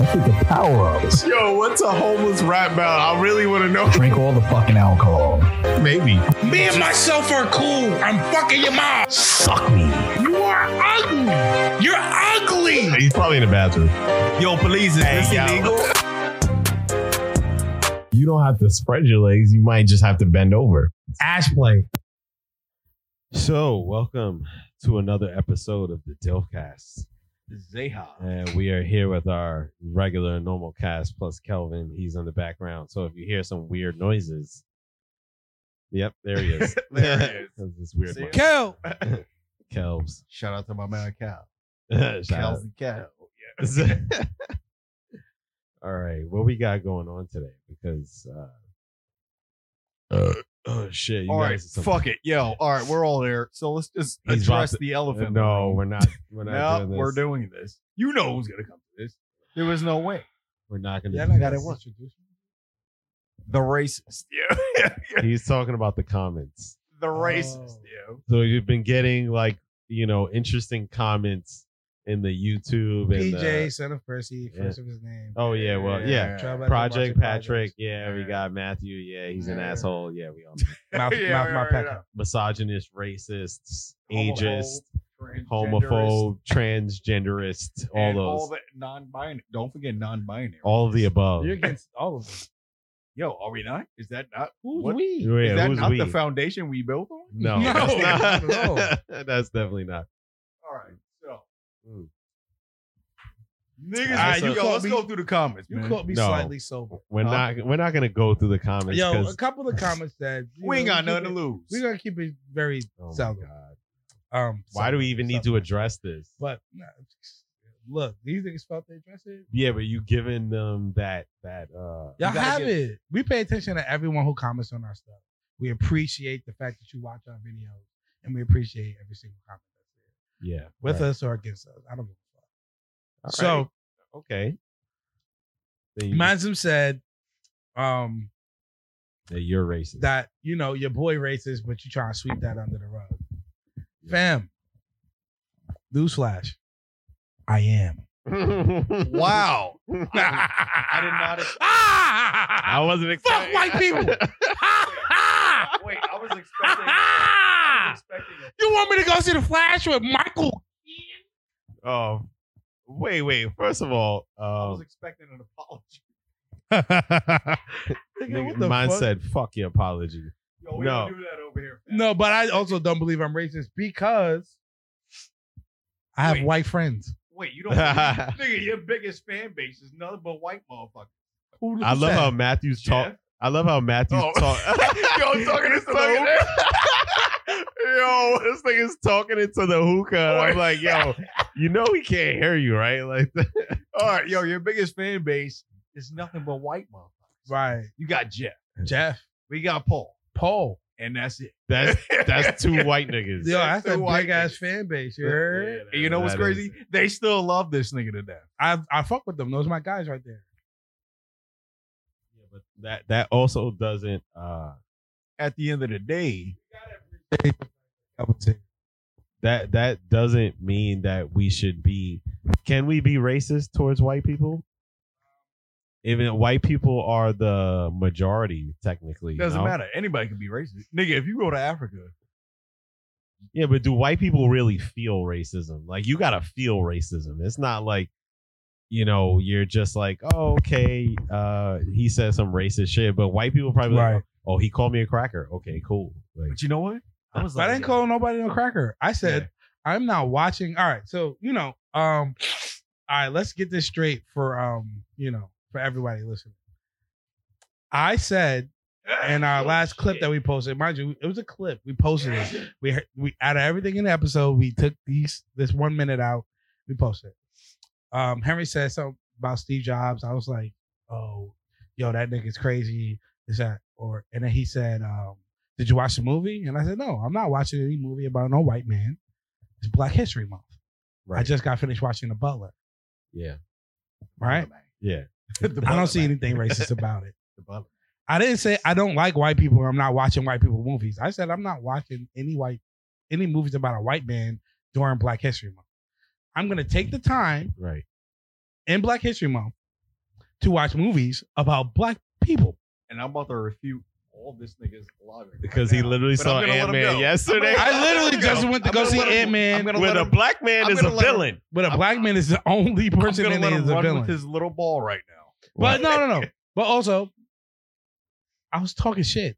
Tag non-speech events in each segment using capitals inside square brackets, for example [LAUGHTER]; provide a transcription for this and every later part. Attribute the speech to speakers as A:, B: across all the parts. A: is the power of us?
B: Yo, what's a homeless rap battle? I really want to know.
A: Drink all the fucking alcohol.
B: Maybe.
C: Me and myself are cool. I'm fucking your mom.
A: Suck me.
C: You are ugly. You're ugly.
B: He's probably in the bathroom.
D: Yo, police, is this
B: yo.
D: illegal?
B: You don't have to spread your legs. You might just have to bend over.
D: Ash play.
B: So, welcome to another episode of the
C: [LAUGHS]
B: Delcast.
D: Zeha.
B: And we are here with our regular normal cast plus Kelvin. He's in the background. So if you hear some weird noises, yep, there he is.
D: [LAUGHS] There he is.
B: That's this weird
D: See
B: mic.
E: Kel.
B: [LAUGHS] Kelvs.
D: Shout out to my man Cal.
B: Shout
D: Cal's the cat.
B: out. [LAUGHS] All right, what we got going on today? Because uh, [CLEARS THROAT] oh shit, you
D: All right,
B: guys are some-
D: fuck it, yo. All right, we're all there. So let's just
B: [LAUGHS] He's about
D: address
B: to-
D: the elephant. in the
B: No,
D: room.
B: we're not. We're not.
D: Nope,
B: doing this.
D: we're doing this. You know who's gonna come to this. There was no way.
B: We're not gonna.
D: Yeah,
B: do
D: I got
B: this.
D: it. What? The racist, [LAUGHS] yo.
B: He's talking about the comments.
D: the racist, yo. [LAUGHS]
B: So you've been getting like you know interesting comments in the YouTube and
E: PJ,
B: the-
E: son of Percy, first of his name.
B: uh, oh yeah, well yeah.
D: Yeah.
E: Try back to
B: Project
E: watch the
B: Patrick,
E: projects.
B: yeah, we
E: Yeah.
B: got Matthew, yeah, he's an
E: Yeah.
B: asshole, yeah, we all
E: Mouth,
D: Yeah,
E: mouth
D: right,
E: my
D: right,
E: pecker.
D: right.
B: misogynist, racist,
D: Homophobe,
B: ageist,
D: transgenderist,
B: homophobe, transgenderist, all
D: and
B: those,
D: all that non-binary. Don't forget non-binary.
B: of the above.
D: You're against all of them. Yo, are we not? Is that not
B: Who's
D: what-
B: we?
D: Is
B: Oh, Yeah,
D: that
B: who's
D: not
B: we?
D: the foundation we built on?
B: [LAUGHS] no,
E: No,
B: that's,
E: not
B: not- [LAUGHS]
E: at
B: that's definitely not.
D: All right, so
B: Mm.
D: niggas, yo,
B: All right, Ah, you
D: let's
E: caught me-
D: go through the comments,
E: You
D: man.
E: caught me
B: No.
E: slightly sober.
B: We're
D: Huh?
B: not. We're not gonna go through the comments.
E: Yo, uh,
B: 'cause-
E: a couple of comments
B: [LAUGHS]
E: that you
D: we ain't
E: know,
D: got
E: we
D: nothing to
E: keep it-
D: lose.
E: We gotta keep it very
B: oh my
E: solid.
B: God.
E: Um,
B: Why do we even need to address this?
E: But nah, look, these niggas felt they dress it.
B: Yeah, but you giving them that that uh
E: Y'all
D: gotta
E: have
D: give-
E: it. We pay attention to everyone who comments on our stuff. We appreciate the fact that you watch our videos, and we appreciate every single comment that's there,
B: yeah
E: with
B: right.
E: us or against us. I don't give a fuck.
B: All right.
E: so.
B: okay. Then you,
E: Manzum said um,
B: that you're racist. [LAUGHS]
E: that you know your boy racist, but you trying to sweep that under the rug. Fam, newsflash, I am.
D: [LAUGHS] Wow,
B: I
D: did not ex-
B: I wasn't
E: Fuck
B: expecting.
E: white people.
B: [LAUGHS]
D: wait, I was [LAUGHS] expecting a
E: you want me to go see the Flash with Michael?
B: oh, wait, wait. First of all, um,
D: expecting an apology.
B: [LAUGHS]
E: Nigga, what
B: nigga,
E: the
B: mine
E: fuck?
B: said, "Fuck your apology."
D: Yo,
B: we don't No.
D: do that over here.
E: No, but I also don't believe I'm racist because I have
D: Wait.
E: white friends.
D: Wait, you don't. [LAUGHS] nigga, your biggest fan base is nothing but white motherfuckers.
E: Who the
B: [LAUGHS] I love
E: fuck?
B: how Matthews talk.
D: Jeff?
B: I love how Matthews
D: Oh.
B: talk.
D: [LAUGHS] Yo, talking into the
B: [LAUGHS] Yo, this thing is talking into the hookah. and
D: Oh
B: I'm like, yo, you know we can't hear you, right? Like, [LAUGHS]
D: All right, yo, your biggest fan base is nothing but white motherfuckers.
E: right,
D: You got Jeff,
E: Jeff,
D: we got Paul,
E: Paul.
D: and that's it.
B: that's
D: [LAUGHS]
B: that's two white niggas.
E: Yo, that's
D: so
E: a
D: white.
E: big ass fan base. You heard?
B: Yeah,
D: And you know what's
B: that is-
D: crazy? They still love this nigga to death.
E: I I fuck with them. Those are my guys right there.
B: Yeah, but that that also doesn't. uh
D: At the end of the day,
B: That that doesn't mean that we should be. Can we be racist towards white people? Even white people are the majority, technically.
D: doesn't
B: no?
D: matter. Anybody can be racist, nigga. If you go to Africa,
B: Yeah, but do white people really feel racism? Like you gotta feel racism. It's not like, you know, you're just like, oh, okay, uh, he said some racist shit. But white people probably like,
E: Right.
B: oh, he called me a cracker. Okay, cool. Like,
D: but you know what? I was
E: But I didn't call nobody no cracker. I said I'm not watching. All right, so you know, um, all right, let's get this straight for um, you know, for everybody listening. I said in
D: Oh,
E: our last clip that we posted, mind you, it was a clip we posted it. We we out of everything in the episode, we took these this one minute out. We posted. it. Um, Henry said something about Steve Jobs. I was like, oh, yo, that nigga's crazy. Is that or? And then he said, um, did you watch the movie? And I said, no, I'm not watching any movie about no white man. It's Black History Month. I
B: Right.
E: just got finished watching The Butler.
B: yeah,
E: Right?
B: yeah.
E: I don't see anything racist about it.
D: The Butler.
E: I didn't say I don't like white people. or I'm not watching white people movies. I said I'm not watching any white any movies about a white man during Black History Month. I'm gonna take the time
B: Right.
E: in Black History Month to watch movies about black people.
D: And I'm about to refute all this nigga's logic.
B: because
D: right
B: he
D: now.
B: literally
D: But I'm
B: saw
D: gonna let him
B: Ant
D: go.
B: Man yesterday.
E: I literally just
D: I'm
E: went to
D: gonna
E: go see
D: let him-
E: Ant
D: I'm
E: Man,
D: gonna
B: When
D: let
B: a
D: him,
B: black man
D: I'm
B: is a
D: gonna let him-
B: villain.
E: but a
D: I'm-
E: black man is the only
D: I'm
E: person
D: gonna
E: in
D: let
E: there
D: him
E: is a
D: run
E: villain.
D: with his little ball right now.
E: but no, no, no. But also, I was talking shit,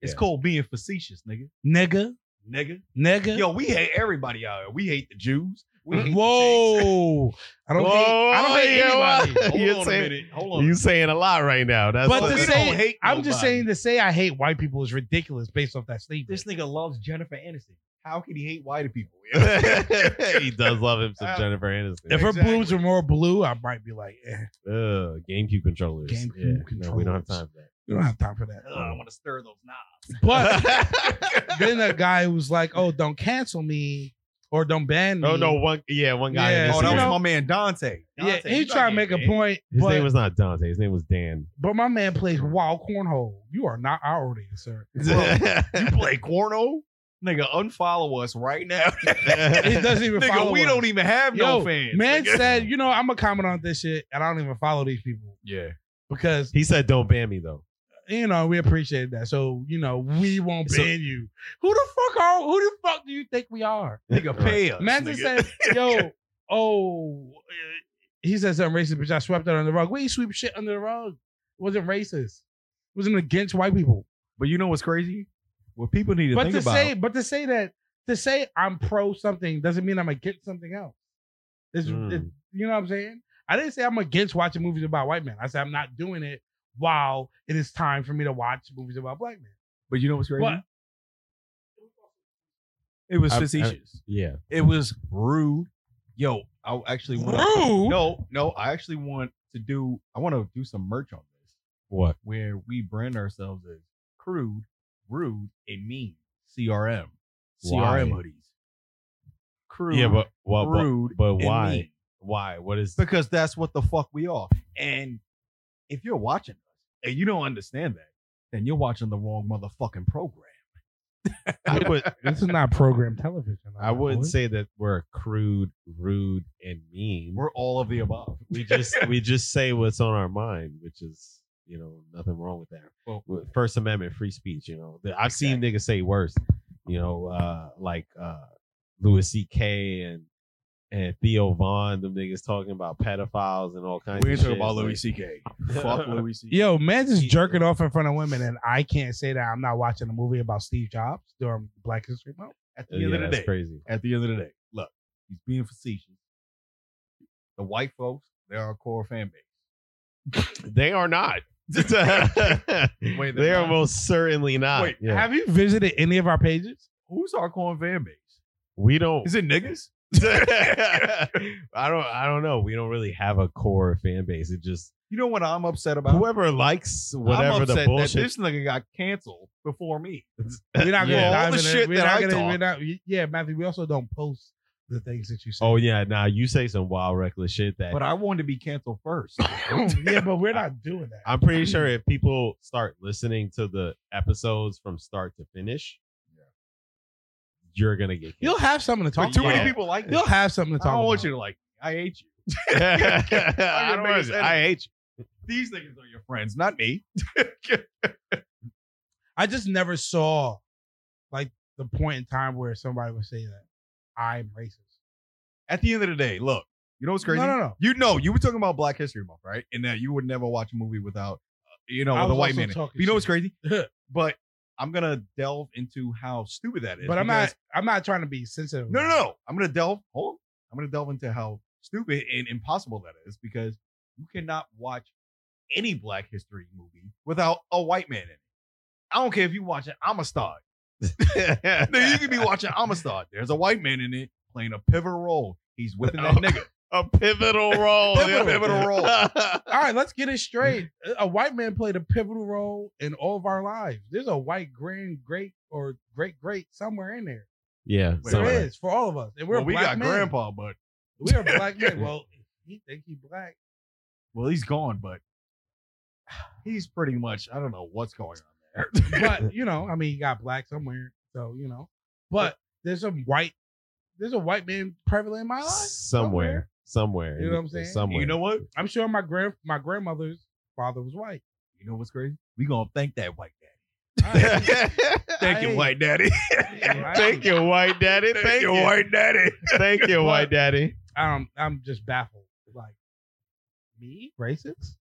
D: It's
B: Yeah.
D: called being facetious, nigga.
E: nigga,
D: Nigga.
E: nigga.
D: Yo, we hate everybody out here. We hate the Jews. We hate the
E: [LAUGHS]
D: Jays.
E: Whoa! I don't. Hate, I don't hate
B: Whoa,
E: anybody.
B: yo,
D: Hold
B: You're
D: on a
B: saying,
D: minute. Hold on.
B: you saying a lot right now. That's
E: But
B: all.
E: to
B: [LAUGHS]
D: we
E: say-
D: don't hate
E: I'm just
D: nobody.
E: saying to say I hate white people is ridiculous based off that statement.
D: this nigga loves Jennifer Aniston. How can he hate white people? [LAUGHS]
B: he does love him some
D: Uh,
B: Jennifer Aniston.
E: If her
D: Exactly.
E: boobs are more blue, I might be like, eh,
B: Ugh, GameCube controllers.
E: GameCube
B: No, we don't have
E: controllers.
B: time for
E: we don't have time for that.
D: Ugh, I want to stir those knobs. [LAUGHS]
E: But
D: Oh,
B: that.
E: then a guy who's like, oh, don't cancel me or don't ban me.
B: oh no, one yeah, one guy.
E: Yeah,
B: in this
E: Oh, that
B: year.
E: was know- my
D: man Dante.
E: Yeah, he tried to make a point,
B: his
E: but,
B: name was not Dante. His name was Dan.
E: but my man plays wild cornhole. You are not our audience, sir.
D: [LAUGHS]
B: [LAUGHS]
E: [LAUGHS]
D: You play corno, nigga. Unfollow us right now, [LAUGHS]
E: It doesn't even follow
D: nigga. We
E: us.
D: don't even have
E: Yo,
D: no fans.
E: Man
D: nigga.
E: said, you know, I'm gonna comment on this shit, and I don't even follow these people
D: yeah.
E: because
B: he said, "Don't ban me though."
E: you know we appreciate that. So you know we won't
B: So-
E: ban you. Who the fuck are? Who the fuck do you think we are?
D: [LAUGHS] Nigga, pay us.
E: Manson
D: nigga. [LAUGHS]
E: said, yo, oh, eh, he said something racist, but I swept that under the rug. We ain't sweep shit under the rug. It wasn't racist. It wasn't against white people.
D: But you know what's crazy? What people need to
E: but
D: think
E: to
D: about.
E: say, but to say that, to say I'm pro something doesn't mean I'm against something else. It's,
B: Mm.
E: it- you know what I'm saying? I didn't say I'm against watching movies about white men. I said I'm not doing it while it is time for me to watch movies about black men.
D: but you know what's crazy?
E: What?
D: It was
B: I- I-
D: facetious.
B: Yeah,
D: it was rude. Yo, I actually want.
E: Rude.
D: No, no, I actually want to do. I want to do some merch on this.
B: what?
D: where we brand ourselves as crude, rude, and mean. CRM. CRM
B: Why?
D: hoodies. Crude,
B: Yeah, but well, but,
D: rude,
B: but
D: and
B: why?
D: mean.
B: Why? What is?
D: Because that's what the fuck we are. And if you're watching us and you don't understand that, then you're watching the wrong motherfucking program.
B: [LAUGHS] I would
E: This is not programmed television.
B: I wouldn't say that we're crude, rude, and mean.
D: [LAUGHS] We're all of the
B: [LAUGHS]
D: above.
B: we just
D: [LAUGHS]
B: we just say what's on our mind, which is you know nothing wrong with that.
D: Well-
B: With First Amendment free speech. You know, The- I've seen niggas say worse. You know, uh, like uh, Louis C.K. and and Theo Vaughn, them niggas talking about pedophiles and all kinds.
D: We
B: of
D: ain't talking
B: shit.
D: about Louis
B: It's
D: C.K. Fuck
B: [LAUGHS]
D: Louis C.K.
E: Yo, man's just jerking off in front of women, and I can't say that I'm not watching a movie about Steve Jobs during Black History Month.
D: At the
B: Like,
D: end
B: yeah,
D: of the
B: that's
D: day,
B: crazy.
D: at the end of the day, look, he's being facetious. The white folks, they're our core fan base.
B: They are
D: [LAUGHS]
B: not. [LAUGHS]
D: they're
B: they are
D: not?
B: most certainly not.
D: Wait,
B: Yeah.
E: Have you visited any of our pages?
D: [LAUGHS] Who's our core fan base?
B: we don't. [LAUGHS]
D: Is it niggas?
B: I don't. I don't know. We don't really have a core fan base. It just
D: You know what I'm upset about?
B: whoever likes
D: I'm
B: whatever
D: upset
B: the
D: That
B: bullshit.
D: this nigga got canceled before me.
E: We're
B: Yeah.
E: not gonna dive
D: All the
E: in it.
D: shit
E: we're
D: that
E: not
D: I
E: gonna,
D: talk.
E: We're not, yeah, Matthew. We also don't post the things that you say.
B: oh yeah, now nah, you say some wild reckless shit that
D: But I wanted to be canceled
E: [LAUGHS]
D: first.
E: yeah, but we're not
D: [LAUGHS]
E: doing that.
B: I'm pretty sure if people start listening to the episodes from start to finish, you're gonna get [LAUGHS]
E: You'll have something to talk
D: But too
E: about.
D: many people like this.
E: You'll have something to
D: I
E: talk
D: don't
E: about.
D: want you to like. me. I hate you.
B: canceled.
D: your
B: I, don't
D: biggest
B: know. I
D: enemy. [LAUGHS]
B: hate
D: These niggas are your friends, not me.
E: I just never saw like the point in time where somebody would say that I'm racist.
D: At the end of the day, look. You know what's crazy?
E: No, no, no.
D: You know, you were talking about Black History Month, right? And that you would never watch a movie without, uh, you know,
E: I
D: with a
E: was
D: white
E: also
D: man. in it.
E: talking
D: You know what's
E: shit.
D: crazy?
E: [LAUGHS]
D: but I'm gonna delve into how stupid that is.
E: But I'm
D: because-
E: not. I'm not trying to be sensitive.
D: No, no, no. I'm gonna delve. Hold. on. I'm gonna delve into how stupid and impossible that is because you cannot watch any Black History movie without a white man in it. I don't care if you watching Amistad.
E: [LAUGHS]
D: No, you
B: it.
D: could be watching Amistad. There's a white man in it playing a pivotal role. He's whipping
E: Oh,
D: that nigga.
B: a pivotal role.
D: Pivotal. Pivotal role.
B: [LAUGHS]
E: All right, let's get it
D: [LAUGHS]
E: straight. A white man played a pivotal role in all of our lives. There's a white grand great or great great somewhere in there.
B: yeah.
D: Wait,
B: so-
E: There is for all of us, and we're
D: Well, we
E: black
D: got
E: men.
D: grandpa, but
E: We are
D: [LAUGHS]
E: black men. Well, he think he black.
D: well, he's gone, but [SIGHS] he's pretty much. I don't know what's going on there.
E: But you know, I mean, he got black somewhere. So you know, but there's a white, there's a white man prevalent in my life.
B: somewhere. somewhere.
E: You know what I'm saying?
B: Somewhere.
D: You
B: [LAUGHS]
D: know what? [LAUGHS]
E: I'm sure my grand my grandmother's father was white.
D: You know what's crazy? We gonna thank that white daddy.
E: I
D: [LAUGHS] Thank you,
E: ain't-
D: white
E: [LAUGHS]
D: daddy. [LAUGHS]
E: Right.
B: Thank you, white daddy. Thank,
D: Thank you, [LAUGHS] white daddy.
B: Thank you, white daddy.
E: Um, I'm just baffled. Like me, racist?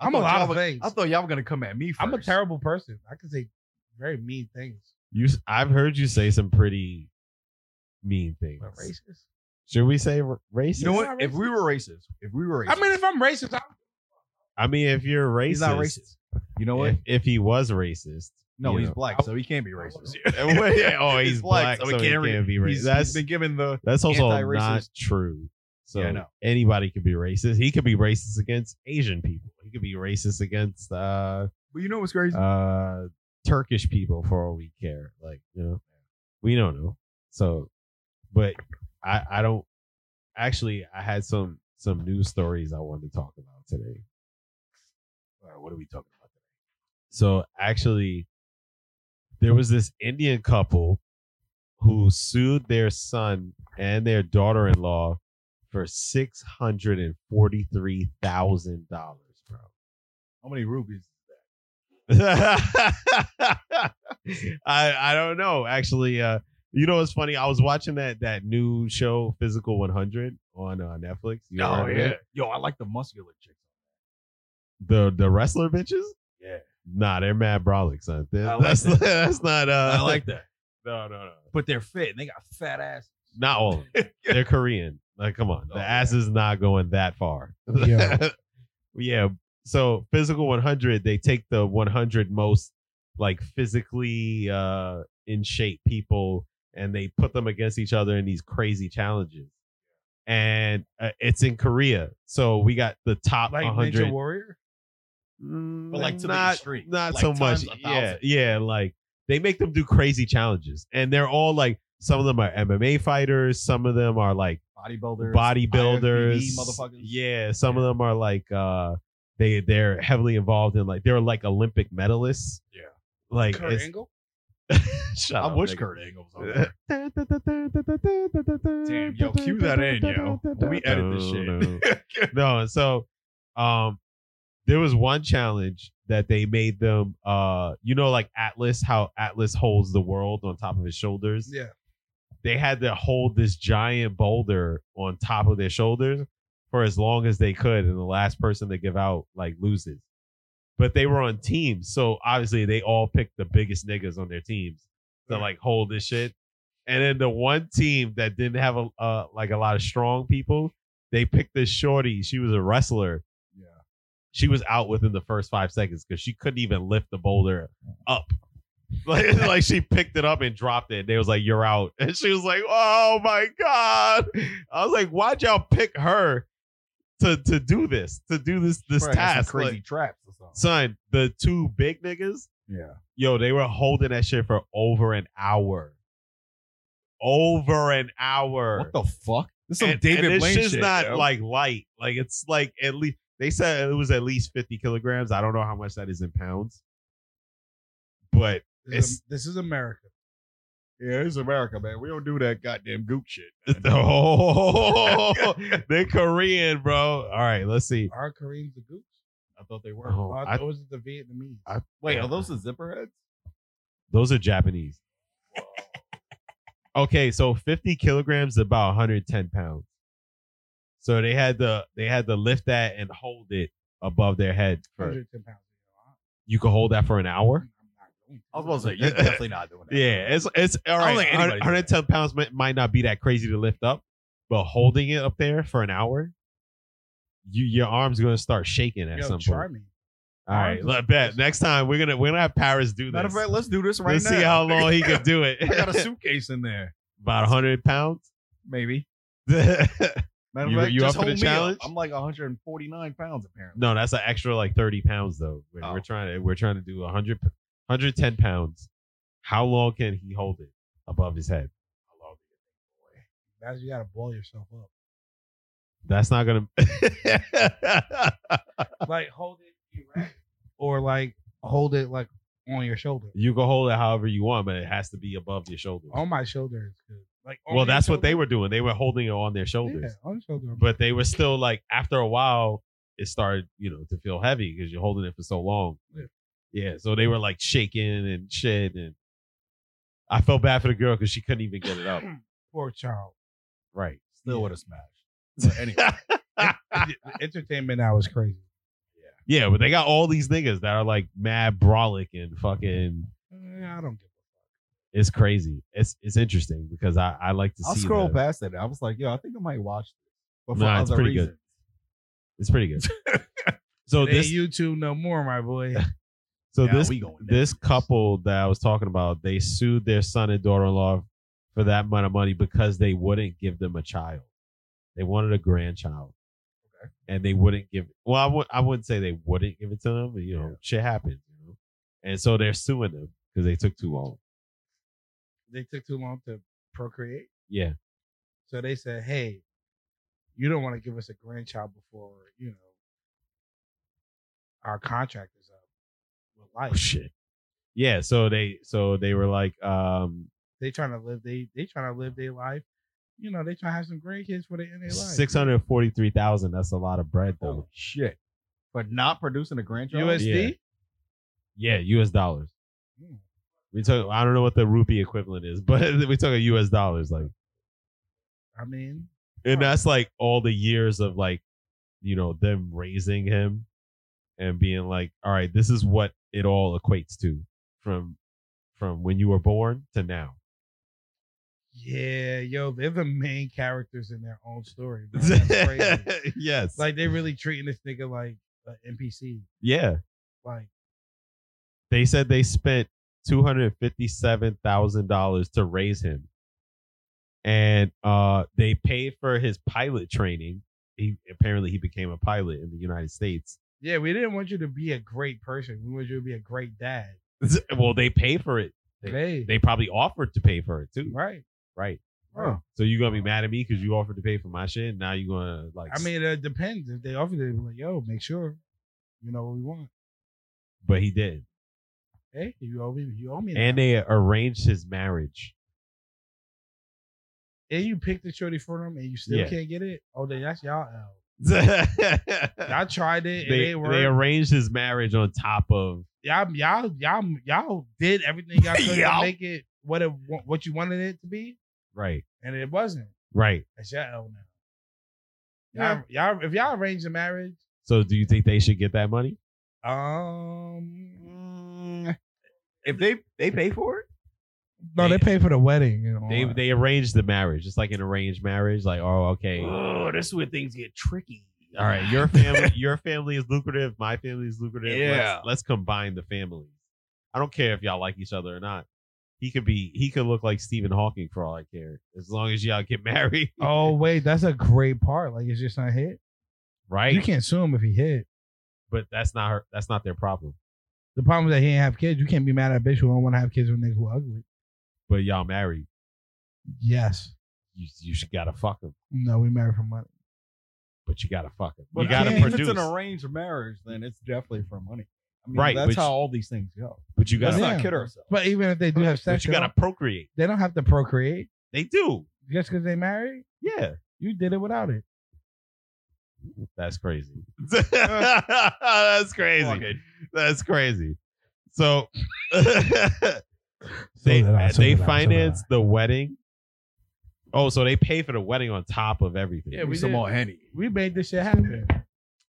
D: I
E: I'm a
D: thought
E: lot
D: y'all
E: of
D: were-
E: things.
D: I thought y'all were gonna come at me first.
E: I'm a terrible person. I can say very mean things.
B: You, s- I've heard you say some pretty mean things.
E: But racist?
B: Should we say r- racist?
D: You know
E: He's
D: what?
E: not
D: If we were racist, if we were racist,
E: I mean, if I'm racist, I'm,
B: I mean, if you're racist,
D: he's not racist. You know what?
B: If, if he was racist,
D: No,
B: you
D: he's
B: know.
D: [LAUGHS] black, so he can't be [LAUGHS] racist.
B: oh, he's, black, so he can't,
D: re-
B: be
D: He's,
B: racist.
D: he's
B: That's
D: been given the
B: that's also
D: anti-racist.
B: not true. So
D: Yeah, I know.
B: anybody could be racist. He could be racist against Asian people. He could be racist against uh,
D: But you know what's crazy?
B: uh, Turkish people for all we care. Like, you know, we don't know. So, but I, I don't actually, I had some, some news stories I wanted to talk about today.
D: All right, what are we talking about?
B: So actually, there was this Indian couple who sued their son and their daughter-in-law for six hundred and forty-three thousand dollars, bro.
D: How many rubies?
B: [LAUGHS] I I don't know actually. Uh, you know what's funny? I was watching that that new show Physical 100 on uh, Netflix. You
D: Oh,
B: ever heard of it?
D: Yo, I like the muscular chicks.
B: the the wrestler bitches.
D: Yeah.
B: Nah, they're mad brolic, son. That-
D: I like
B: that's
D: that.
B: [LAUGHS] that's not. Uh,
D: [LAUGHS] I like that.
B: no no no.
D: But they're fit and they got fat asses.
B: Not all of
D: [LAUGHS]
B: them. They're Korean. Like, come on. The
D: Oh,
B: ass is not going that far.
E: Yeah.
B: [LAUGHS] yeah. So physical 100, they take the 100 most like physically uh in shape people and they put them against each other in these crazy challenges. And uh, it's in Korea. So we got the top
E: like
B: 100
E: Ninja Warrior.
B: Mm,
D: But, like, to the
B: not,
D: extreme.
B: Not
D: Like,
B: so much.
D: times a
B: Yeah,
D: thousand.
B: yeah. Like they make them do crazy challenges, and they're all like. Some of them are MMA fighters. Some of them are like
D: Bodybuilders.
B: bodybuilders.
D: IFBB motherfuckers.
B: Yeah. Some of them are like uh, they they're heavily involved in like they're like Olympic medalists.
D: Yeah.
B: Like [LAUGHS]
E: Kurt
B: it's-
E: Angle.
B: shut
D: I
B: up,
D: wish
B: nigga.
D: Kurt Oh, Angle was on
B: Yeah.
D: [LAUGHS] there.
B: Damn,
D: Damn, yo, cue that in, yo. When we edit this shit.
B: [LAUGHS] no, and so um there was one challenge that they made them uh you know like Atlas how Atlas holds the world on top of his shoulders.
E: Yeah.
B: They had to hold this giant boulder on top of their shoulders for as long as they could and the last person to give out like loses. But they were on teams, so obviously they all picked the biggest niggas on their teams to like hold this shit. And then the one team that didn't have a uh, like a lot of strong people, they picked this shorty. She was a wrestler.
D: Yeah.
B: She was out within the first five seconds because she couldn't even lift the boulder up. [LAUGHS] Like, like she picked it up and dropped it. They was like, "You're out," and she was like, "Oh my god!" I was like, "Why'd y'all pick her to to do this? To do this this
D: Probably had some
B: task?"
D: Crazy
B: Like,
D: traps or something.
B: son, the two big niggas
D: yeah.
B: yo, they were holding that shit for over an hour. Over an hour.
D: What the fuck? This is some
B: and,
D: David
B: and this
D: Blaine
B: shit's
D: shit.
B: not
D: yo.
B: like light. Like it's like at least they said it was at least 50 kilograms. I don't know how much that is in pounds. But
E: This
B: It's-
E: is, this is America.
D: yeah, it's America, man. We don't do that goddamn goop shit.
B: [LAUGHS] oh, [LAUGHS] they're Korean, bro. All right, let's see.
E: Are Koreans the gooch?
D: I thought they were.
B: Oh,
E: Or
B: I-
E: was it the Vietnamese?
B: I-
D: Wait, are those the zipper heads?
B: those are Japanese. okay, so 50 kilograms is about 110 pounds. So they had to they had to lift that and hold it above their head for
E: 110 pounds.
B: you could hold that for an hour.
E: I'm not going to.
D: I was about to say, you're definitely not doing that.
B: Yeah, it's it's
D: don't
B: all right.
D: think anybody's
B: 110 pounds might, might not be that crazy to lift up, but holding it up there for an hour, you your arms gonna start shaking at
E: Yo,
B: some point.
E: charming.
B: All right,
E: Arms-
B: let bet next time we're gonna we're gonna have Paris do
D: Matter
B: this.
D: of fact, let's do this right
B: Let's
D: now.
B: see how long he can do
D: [LAUGHS]
B: it.
D: I
B: [LAUGHS]
D: got a suitcase in there,
B: About 100 pounds.
D: maybe.
B: no,
D: Matter
B: You-
D: of fact,
B: you
D: just
B: up for the
D: hold me up.
B: challenge?
D: I'm like 149 pounds apparently.
B: that's an extra like 30 pounds though. We're,
D: Oh.
B: we're trying to we're trying to do 100 p- 110 pounds. How long can he hold it above his head?
E: That's you got to boil yourself up.
B: That's not gonna. [LAUGHS]
E: like hold it erect, or like hold it like on your shoulder. Oh,
B: you can hold it however you want, but it has to be above your shoulders.
E: On my shoulder is good. Like
B: Well, that's what they were doing. They were holding it on their shoulders.
E: oh, Yeah, on your shoulder.
B: but they were still like after a while it started you know to feel heavy because you're holding it for so long
E: Yeah.
B: yeah so they were like shaking and shit and i felt bad for the girl because she couldn't even get it up
E: poor child.
B: right
D: Still would have smashed. But anyway,
E: The [LAUGHS] entertainment now is crazy.
B: yeah but they got all these niggas that are like mad brolic and fucking
E: Eh, I don't give
B: it's crazy it's it's interesting because i i like to
D: I'll
B: see
D: scroll
B: the-
D: past it. I was like, yo, I think I might watch this, but for
B: Nah, it's
D: other
B: pretty good.
D: reasons.
B: it's
D: [LAUGHS]
B: pretty good so
E: a fuck. Hey,
B: this
E: YouTube no more,
B: [LAUGHS]
E: my boy.
B: so
D: Now
B: this
D: we going there.
B: this couple that I was talking about, they sued their son and daughter-in-law for that amount of money because they wouldn't give them a child. They wanted a grandchild, and they wouldn't give. Well, I would I wouldn't say they wouldn't give it to them. But, you know, shit happens. You know? And so they're suing them because they took too long.
E: They took too long to procreate.
B: Yeah,
E: So they said, "Hey, you don't want to give us a grandchild before you know our contract is up with
B: oh,
E: life."
B: shit. Yeah, so they so they were like, um,
E: They trying to live they they trying to live their life. You know, they trying to have some grandkids for the end of their life.
B: six hundred forty-three thousand. That's a lot of bread, though.
D: Holy
E: Oh.
D: Oh, shit. But not producing a grandchild.
E: USD.
B: Yeah, U.S. dollars.
E: Hmm.
B: We took. I don't know what the rupee equivalent is, [LAUGHS] but we took a U.S. dollars like,
E: I mean,
B: and that's like all the years of like, you know, them raising him, and being like, all right, this is what it all equates to from from when you were born to now.
E: yeah, yo, they're the main characters in their own story. bro.
B: [LAUGHS]
E: That's crazy.
B: yes. Like
E: Like they really treating this nigga like an NPC.
B: yeah,
E: Like
B: they said they spent two hundred fifty-seven thousand dollars to raise him, and uh, they paid for his pilot training. He apparently he became a pilot in the United States. [LAUGHS]
E: yeah, we didn't want you to be a great person. We wanted you to be a great dad.
B: Well, they paid for it. They-
E: Hey,
B: They probably offered to pay for it too,
E: right.
B: right?
D: Huh.
B: So you gonna be mad at me because you offered to pay for my shit, and now you gonna like?
E: I mean, it depends. If they offer it, they'd be like, yo, make sure you know what we want.
B: but he did,
E: Hey, you owe me, you owe me.
B: and
E: that.
B: they arranged his marriage. [LAUGHS]
E: and you picked the shorty for them, and you still
B: Yeah.
E: can't get it. Oh, then that's y'all. L.
B: they
E: Y'all tried it. It
B: Uh, they
E: ain't work.
B: arranged his marriage on top of
E: Y'all, y'all, y'all, y'all did everything
B: [LAUGHS]
E: y'all could
C: Y'all.
E: to make it what it wa- what you wanted it to be,
B: right,
E: and it wasn't.
B: right.
E: That's your L now. Y'all, y'all, if y'all arrange a marriage,
B: So do you think they should get that money?
E: um, [LAUGHS]
D: Mm, if they they pay for it,
E: no, they pay for the wedding. You know,
B: They they arranged the marriage. It's like an arranged marriage. Like, oh, okay. All
C: Oh, that's where things get tricky.
B: right. Your family your family is lucrative. My family is lucrative.
C: Yeah.
B: Let's, let's combine the families. I don't care if y'all like each other or not. He could be he could look like Stephen Hawking for all I care. As long as y'all get [LAUGHS] married.
E: oh wait, that's a great part. Like it's just not hit. You
B: right?
E: can't sue him if he hit.
B: But that's not her that's not their problem.
E: The problem is that he ain't have kids. You can't be mad at a bitch who don't want to have kids with niggas who ugly.
B: But y'all married.
E: Yes.
B: You you should gotta fuck him.
E: No, we married for money.
B: But you gotta fuck him.
D: but
B: you gotta
D: I mean,
B: produce.
D: If it's an arranged marriage, then it's definitely for money. I mean,
B: Right,
D: That's
B: which-
D: how all these things go.
B: but you
D: Let's
B: gotta
E: Yeah.
D: not kid ourselves.
E: But even if they do have
B: but
E: sex,
B: you
E: they,
B: gotta
E: don't,
B: procreate.
E: they don't have to procreate
B: They do.
E: just because they married.
B: Yeah.
E: You did it without it.
B: That's crazy. [LAUGHS] That's
D: Fuck
B: crazy.
D: it.
B: That's crazy. So [LAUGHS]
E: So
B: they
E: did I, so
B: they
E: did I, so did I.
B: finance the wedding. Oh, so they pay for the wedding on top of everything.
E: Yeah, we
D: some
E: did.
D: more henny.
E: We made this shit happen.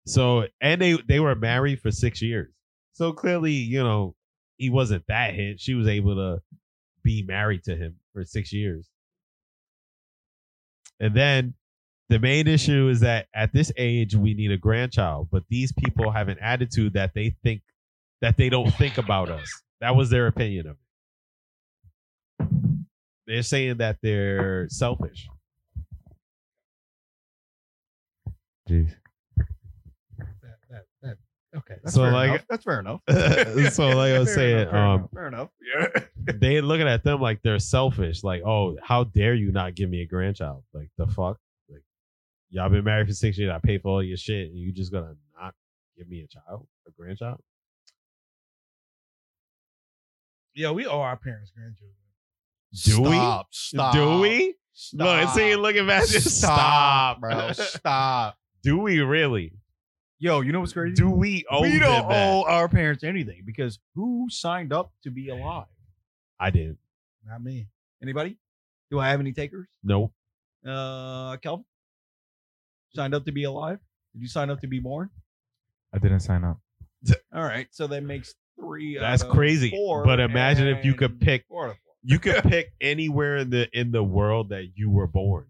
B: So and they they were married for six years. So clearly, you know, he wasn't that hit. She was able to be married to him for six years. And then the main issue is that at this age we need a grandchild, but these people have an attitude that they think that they don't think about us. That was their opinion of it. They're saying that they're selfish. Jeez.
E: That, that, that. Okay.
D: That's
B: So,
D: fair
B: like-
D: enough. that's fair enough.
B: [LAUGHS] so like I was
E: Fair
B: saying,
E: enough, fair
B: um,
D: fair enough. [LAUGHS] Yeah.
B: they looking at them like they're selfish. Like, oh, how dare you not give me a grandchild? Like the fuck? Like y'all been married for six years. I pay for all your shit, and you just gonna not give me a child, a grandchild?
E: Yo, we owe our parents grandchildren.
B: Do we?
D: Stop. Stop.
B: Do we? Look, see, look at that. [LAUGHS] Just stop, [LAUGHS]
D: bro. Stop.
B: Do we really?
D: Yo, you know what's crazy?
B: Do we owe
D: we
B: them
D: don't
B: that?
D: owe our parents anything because who signed up to be alive?
B: I didn't.
E: Not me.
D: Anybody? Do I have any takers?
B: Nope.
D: Uh, Kelvin signed up to be alive. Did you sign up to be born?
F: I didn't sign up.
D: All right, so that makes three. out
B: That's
D: of
B: crazy.
D: four
B: But imagine if you could
D: and-
B: pick
D: Four out of four.
B: you could pick anywhere in the in the world that you were born.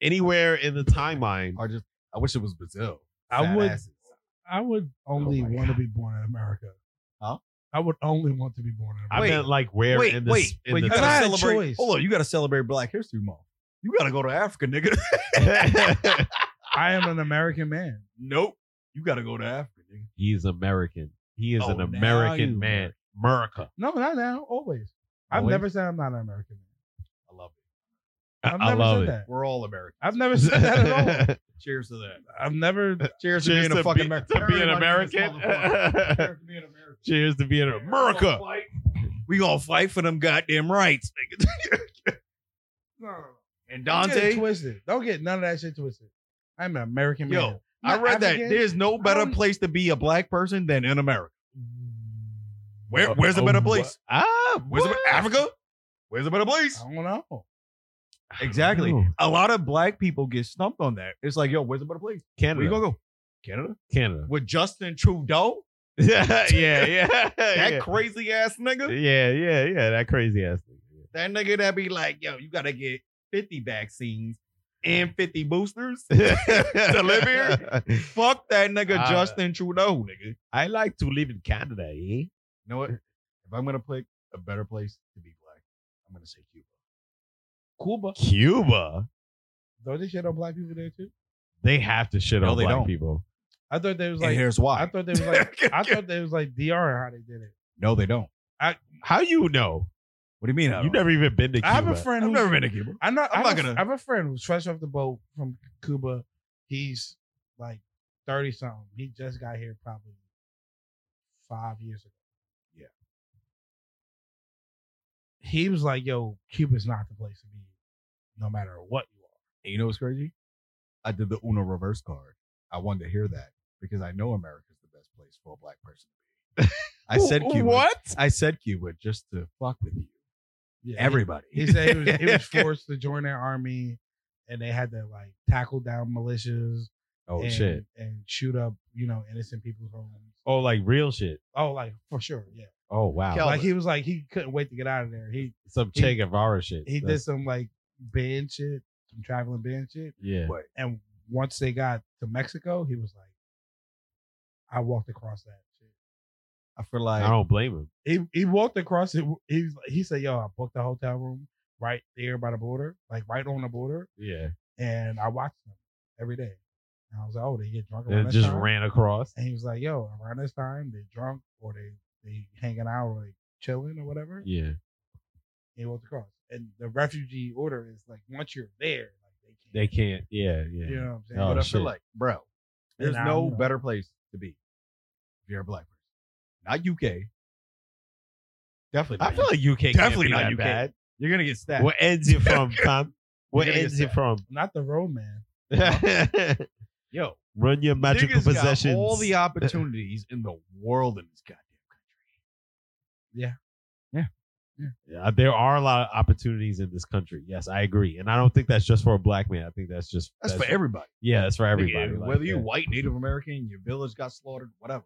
B: Anywhere in the timeline.
D: I just I wish it was Brazil.
E: I
D: Fat
E: would-
D: asses.
E: I would
B: Oh
E: only
D: my
E: want to be born in America.
D: Huh?
E: I would only want to be born in
B: I
E: America.
D: Wait.
B: meant like where
D: wait,
B: in the
D: wait,
B: in
D: wait! You
E: That's
D: gotta
E: not a
D: celebrate.
E: choice.
D: Hold on, you gotta celebrate Black History Month. You gotta go to Africa, nigga. [LAUGHS]
B: the
E: I am an American man.
D: nope, you gotta go to Africa. Nigga.
B: [LAUGHS] He's American. He is
D: Oh,
B: an
D: now you-
B: American man. America.
E: No, not now. Always. I've
B: Always?
E: never said I'm not an American man.
D: I love it.
B: [LAUGHS] I,
E: I've
B: I
E: never
B: love
E: said
B: it.
E: that.
D: We're all Americans.
E: I've never said
B: [LAUGHS]
E: that at all.
D: Cheers to that.
E: I've never. [LAUGHS]
D: Cheers,
B: Cheers
D: to being
B: to
D: a fucking
B: be-
D: American.
B: to being
D: Everybody in this
B: American. [LAUGHS]
D: motherfucker. Cheers to being American.
B: Cheers to being America.
D: We gonna fight for them goddamn rights, nigga. [LAUGHS] And
E: Don't get it
D: Dante,
E: twisted. Don't get none of that shit twisted. I'm an American man.
D: yo, I
E: Not
D: read that
E: African.
D: there's no better place to be a black person than in America.
E: Mm,
D: Where, where's a better place?
B: Oh, Ah,
D: Where's a,
B: what?
D: Africa? Where's a better place?
E: I don't know.
D: Exactly.
B: know.
D: A lot of black people get stumped on that. It's like, yo, where's a better place? Where you
B: Canada.
D: gonna go? Canada?
B: Canada. [LAUGHS]
D: With Justin Trudeau?
B: yeah, yeah, [LAUGHS] yeah.
D: That
B: yeah.
D: crazy ass nigga?
B: yeah, yeah, yeah. That crazy ass thing.
D: That nigga that be like, yo, you gotta get 50 vaccines and 50 boosters.
B: to
D: live here? Fuck that nigga
B: Uh,
D: Justin Trudeau, nigga.
B: [LAUGHS] I like to live in Canada, eh?
D: You know what? [LAUGHS] If I'm gonna pick a better place to be black, I'm gonna say Cuba.
E: Cuba.
B: Cuba.
E: Don't they shit on black people there too?
B: They have to shit
D: No,
B: on
D: they
B: black
D: don't.
B: people.
E: I thought they was
D: and
E: like.
D: here's
E: I
D: why.
E: thought they
B: [LAUGHS]
E: was like. I thought they was like DR and how they did it.
D: no, they don't.
B: How you know?
D: What do you mean? I
B: You
D: don't?
B: never even been to Cuba.
E: I have a friend
D: I've
E: who's.
D: never been to Cuba.
E: I know.
D: I'm
E: I'm
D: not
E: not
D: gonna-
E: I have a friend who's fresh off the boat from Cuba. He's like thirty something. He just got here probably five years ago.
D: Yeah.
E: He was like, "Yo, Cuba's not the place to be, no matter what you are."
D: And you know what's crazy? I did the Uno reverse card. I wanted to hear that because I know America's the best place for a black person to be. I said Cuba.
B: What?
D: I said Cuba just to fuck with you.
E: Yeah,
D: [LAUGHS] Everybody.
E: He, he said he was, he was forced to join their army, and they had to like tackle down militias.
B: Oh
E: and,
B: shit.
E: And shoot up, you know, innocent people's homes.
B: Oh, like real shit.
E: Oh, like for sure, yeah.
B: Oh wow.
D: Kel-
E: Like he was like he couldn't wait to get out of there. He
B: Some
E: he-
B: Che Guevara shit.
E: he did
B: That's-
E: some like band shit, some traveling band shit.
B: Yeah.
E: And once they got to Mexico, he was like, I walked across that shit.
D: I feel like
B: I don't blame him.
E: He he walked across it. He was- he said, Yo, I booked a hotel room right there by the border, like right on the border,
B: Yeah.
E: and I watched them every day. And I was like, Oh, they get drunk around
B: And
E: this
B: just
E: time?"
B: ran across.
E: And he was like, Yo, around this time they drunk or they they hanging out or they chilling or whatever.
B: Yeah.
E: He walked across. And the refugee order is like once you're there, like they
B: They
E: can't
B: can't. Yeah. Yeah.
E: You know what I'm saying?
B: Oh,
D: but I
B: shit.
D: feel like, bro, there's
E: And I
D: no
E: know.
D: better place to be if you're a black person. Not UK. Definitely.
B: I
D: Not
B: feel like UK
D: Definitely
B: can't
D: not
B: be that
D: UK.
B: Bad.
D: you're gonna get stabbed.
B: Where ends you
D: [LAUGHS]
B: from, Tom? Where
D: You're gonna get
B: ends you from?
E: not the road
D: [LAUGHS]
E: man.
D: Yo,
B: [LAUGHS] Run your magical
D: niggas got
B: possessions.
D: all
B: [LAUGHS]
D: the opportunities in the world in this goddamn country.
B: Yeah, there are a lot of opportunities in this country. Yes, I agree, and I don't think that's just for a black man. I think that's just
D: That's, for everybody.
B: yeah, that's for everybody.
D: Nigga,
B: like
D: whether you
B: that.
D: white, Native American, your village got slaughtered, whatever.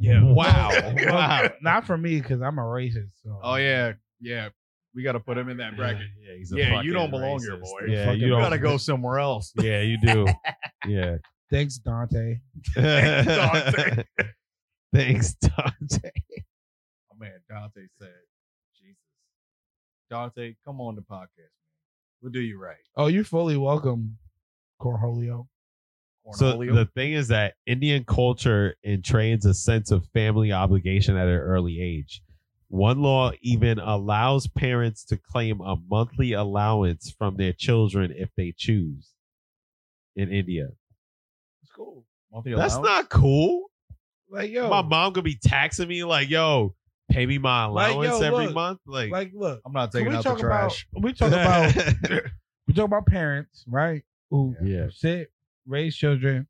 B: wow,
D: [LAUGHS]
B: wow.
E: Well, not for me because I'm a racist. So.
D: Oh yeah, yeah. We got to put him in that [LAUGHS] bracket.
B: Yeah, he's a
D: Yeah, you
B: fucking
D: don't belong here,
B: racist.
D: boy.
B: Yeah,
E: Fucking
B: you
D: You
B: don't.
D: gotta
B: [LAUGHS]
D: go somewhere else.
B: Yeah,
D: [LAUGHS]
B: you do. Yeah.
E: Thanks, Dante.
D: Dante.
B: [LAUGHS] Thanks, Dante.
D: Oh man, Dante said, Jesus, Dante, come on the podcast, man. We'll do you right.
E: Oh, you're fully welcome, Cornholio.
B: So
D: Cornholio.
B: the thing is that Indian culture entrains a sense of family obligation at an early age. One law even allows parents to claim a monthly allowance from their children if they choose in India.
D: It's cool. Monthly
B: That's
D: allowance?
B: not cool.
E: Like yo,
B: My mom could be taxing me like, yo, pay me my
E: Like, yo,
B: allowance every
E: look,
B: month. Like,
E: Like, look,
D: I'm not
E: so
D: taking
E: we
D: out the
E: talk about
D: trash.
E: we
D: [LAUGHS]
E: talk about we talk about parents, right? Who
B: yeah,
E: sit, raise children,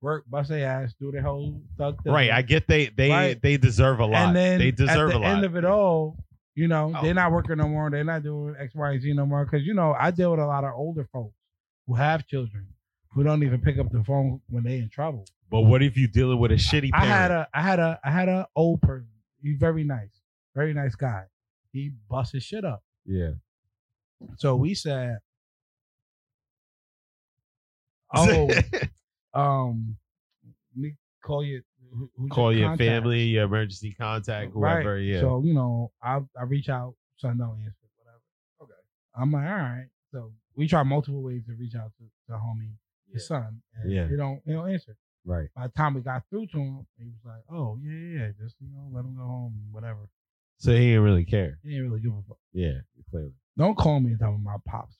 E: work, bust their ass, do their whole thug
B: [LAUGHS]
E: thing.
B: right. I get they they
E: Right.
B: they deserve a lot.
E: And then
B: they deserve
E: at the
B: a lot.
E: end of it all, you know,
D: Oh.
E: they're not working no more. They're not doing X, Y, and Z no more. Because you know, I deal with a lot of older folks who have children who don't even pick up the phone when they in trouble.
B: but what if you dealing with a shitty
E: I
B: parent?
E: had a I had a I had a old person. He's very nice, very nice guy. He busts his shit up.
B: yeah.
E: So
B: [LAUGHS]
E: we said, "Oh, um, let me call your who, who's
B: Call your
E: contact?
B: family, your emergency contact, whoever.
E: Right.
B: Yeah.
E: So you know, I I reach out, son don't answer, whatever.
D: Okay.
E: I'm like, all right. So we try multiple ways to reach out to the homie, his son, and
B: Yeah.
E: he don't he don't answer.
B: right.
E: By the time we got through to him, he was like, oh yeah, yeah, yeah, just you know, let him go home, whatever.
B: So he didn't really care.
E: He didn't really give a fuck.
B: Yeah. Clearly.
E: Don't call me and tell me my pops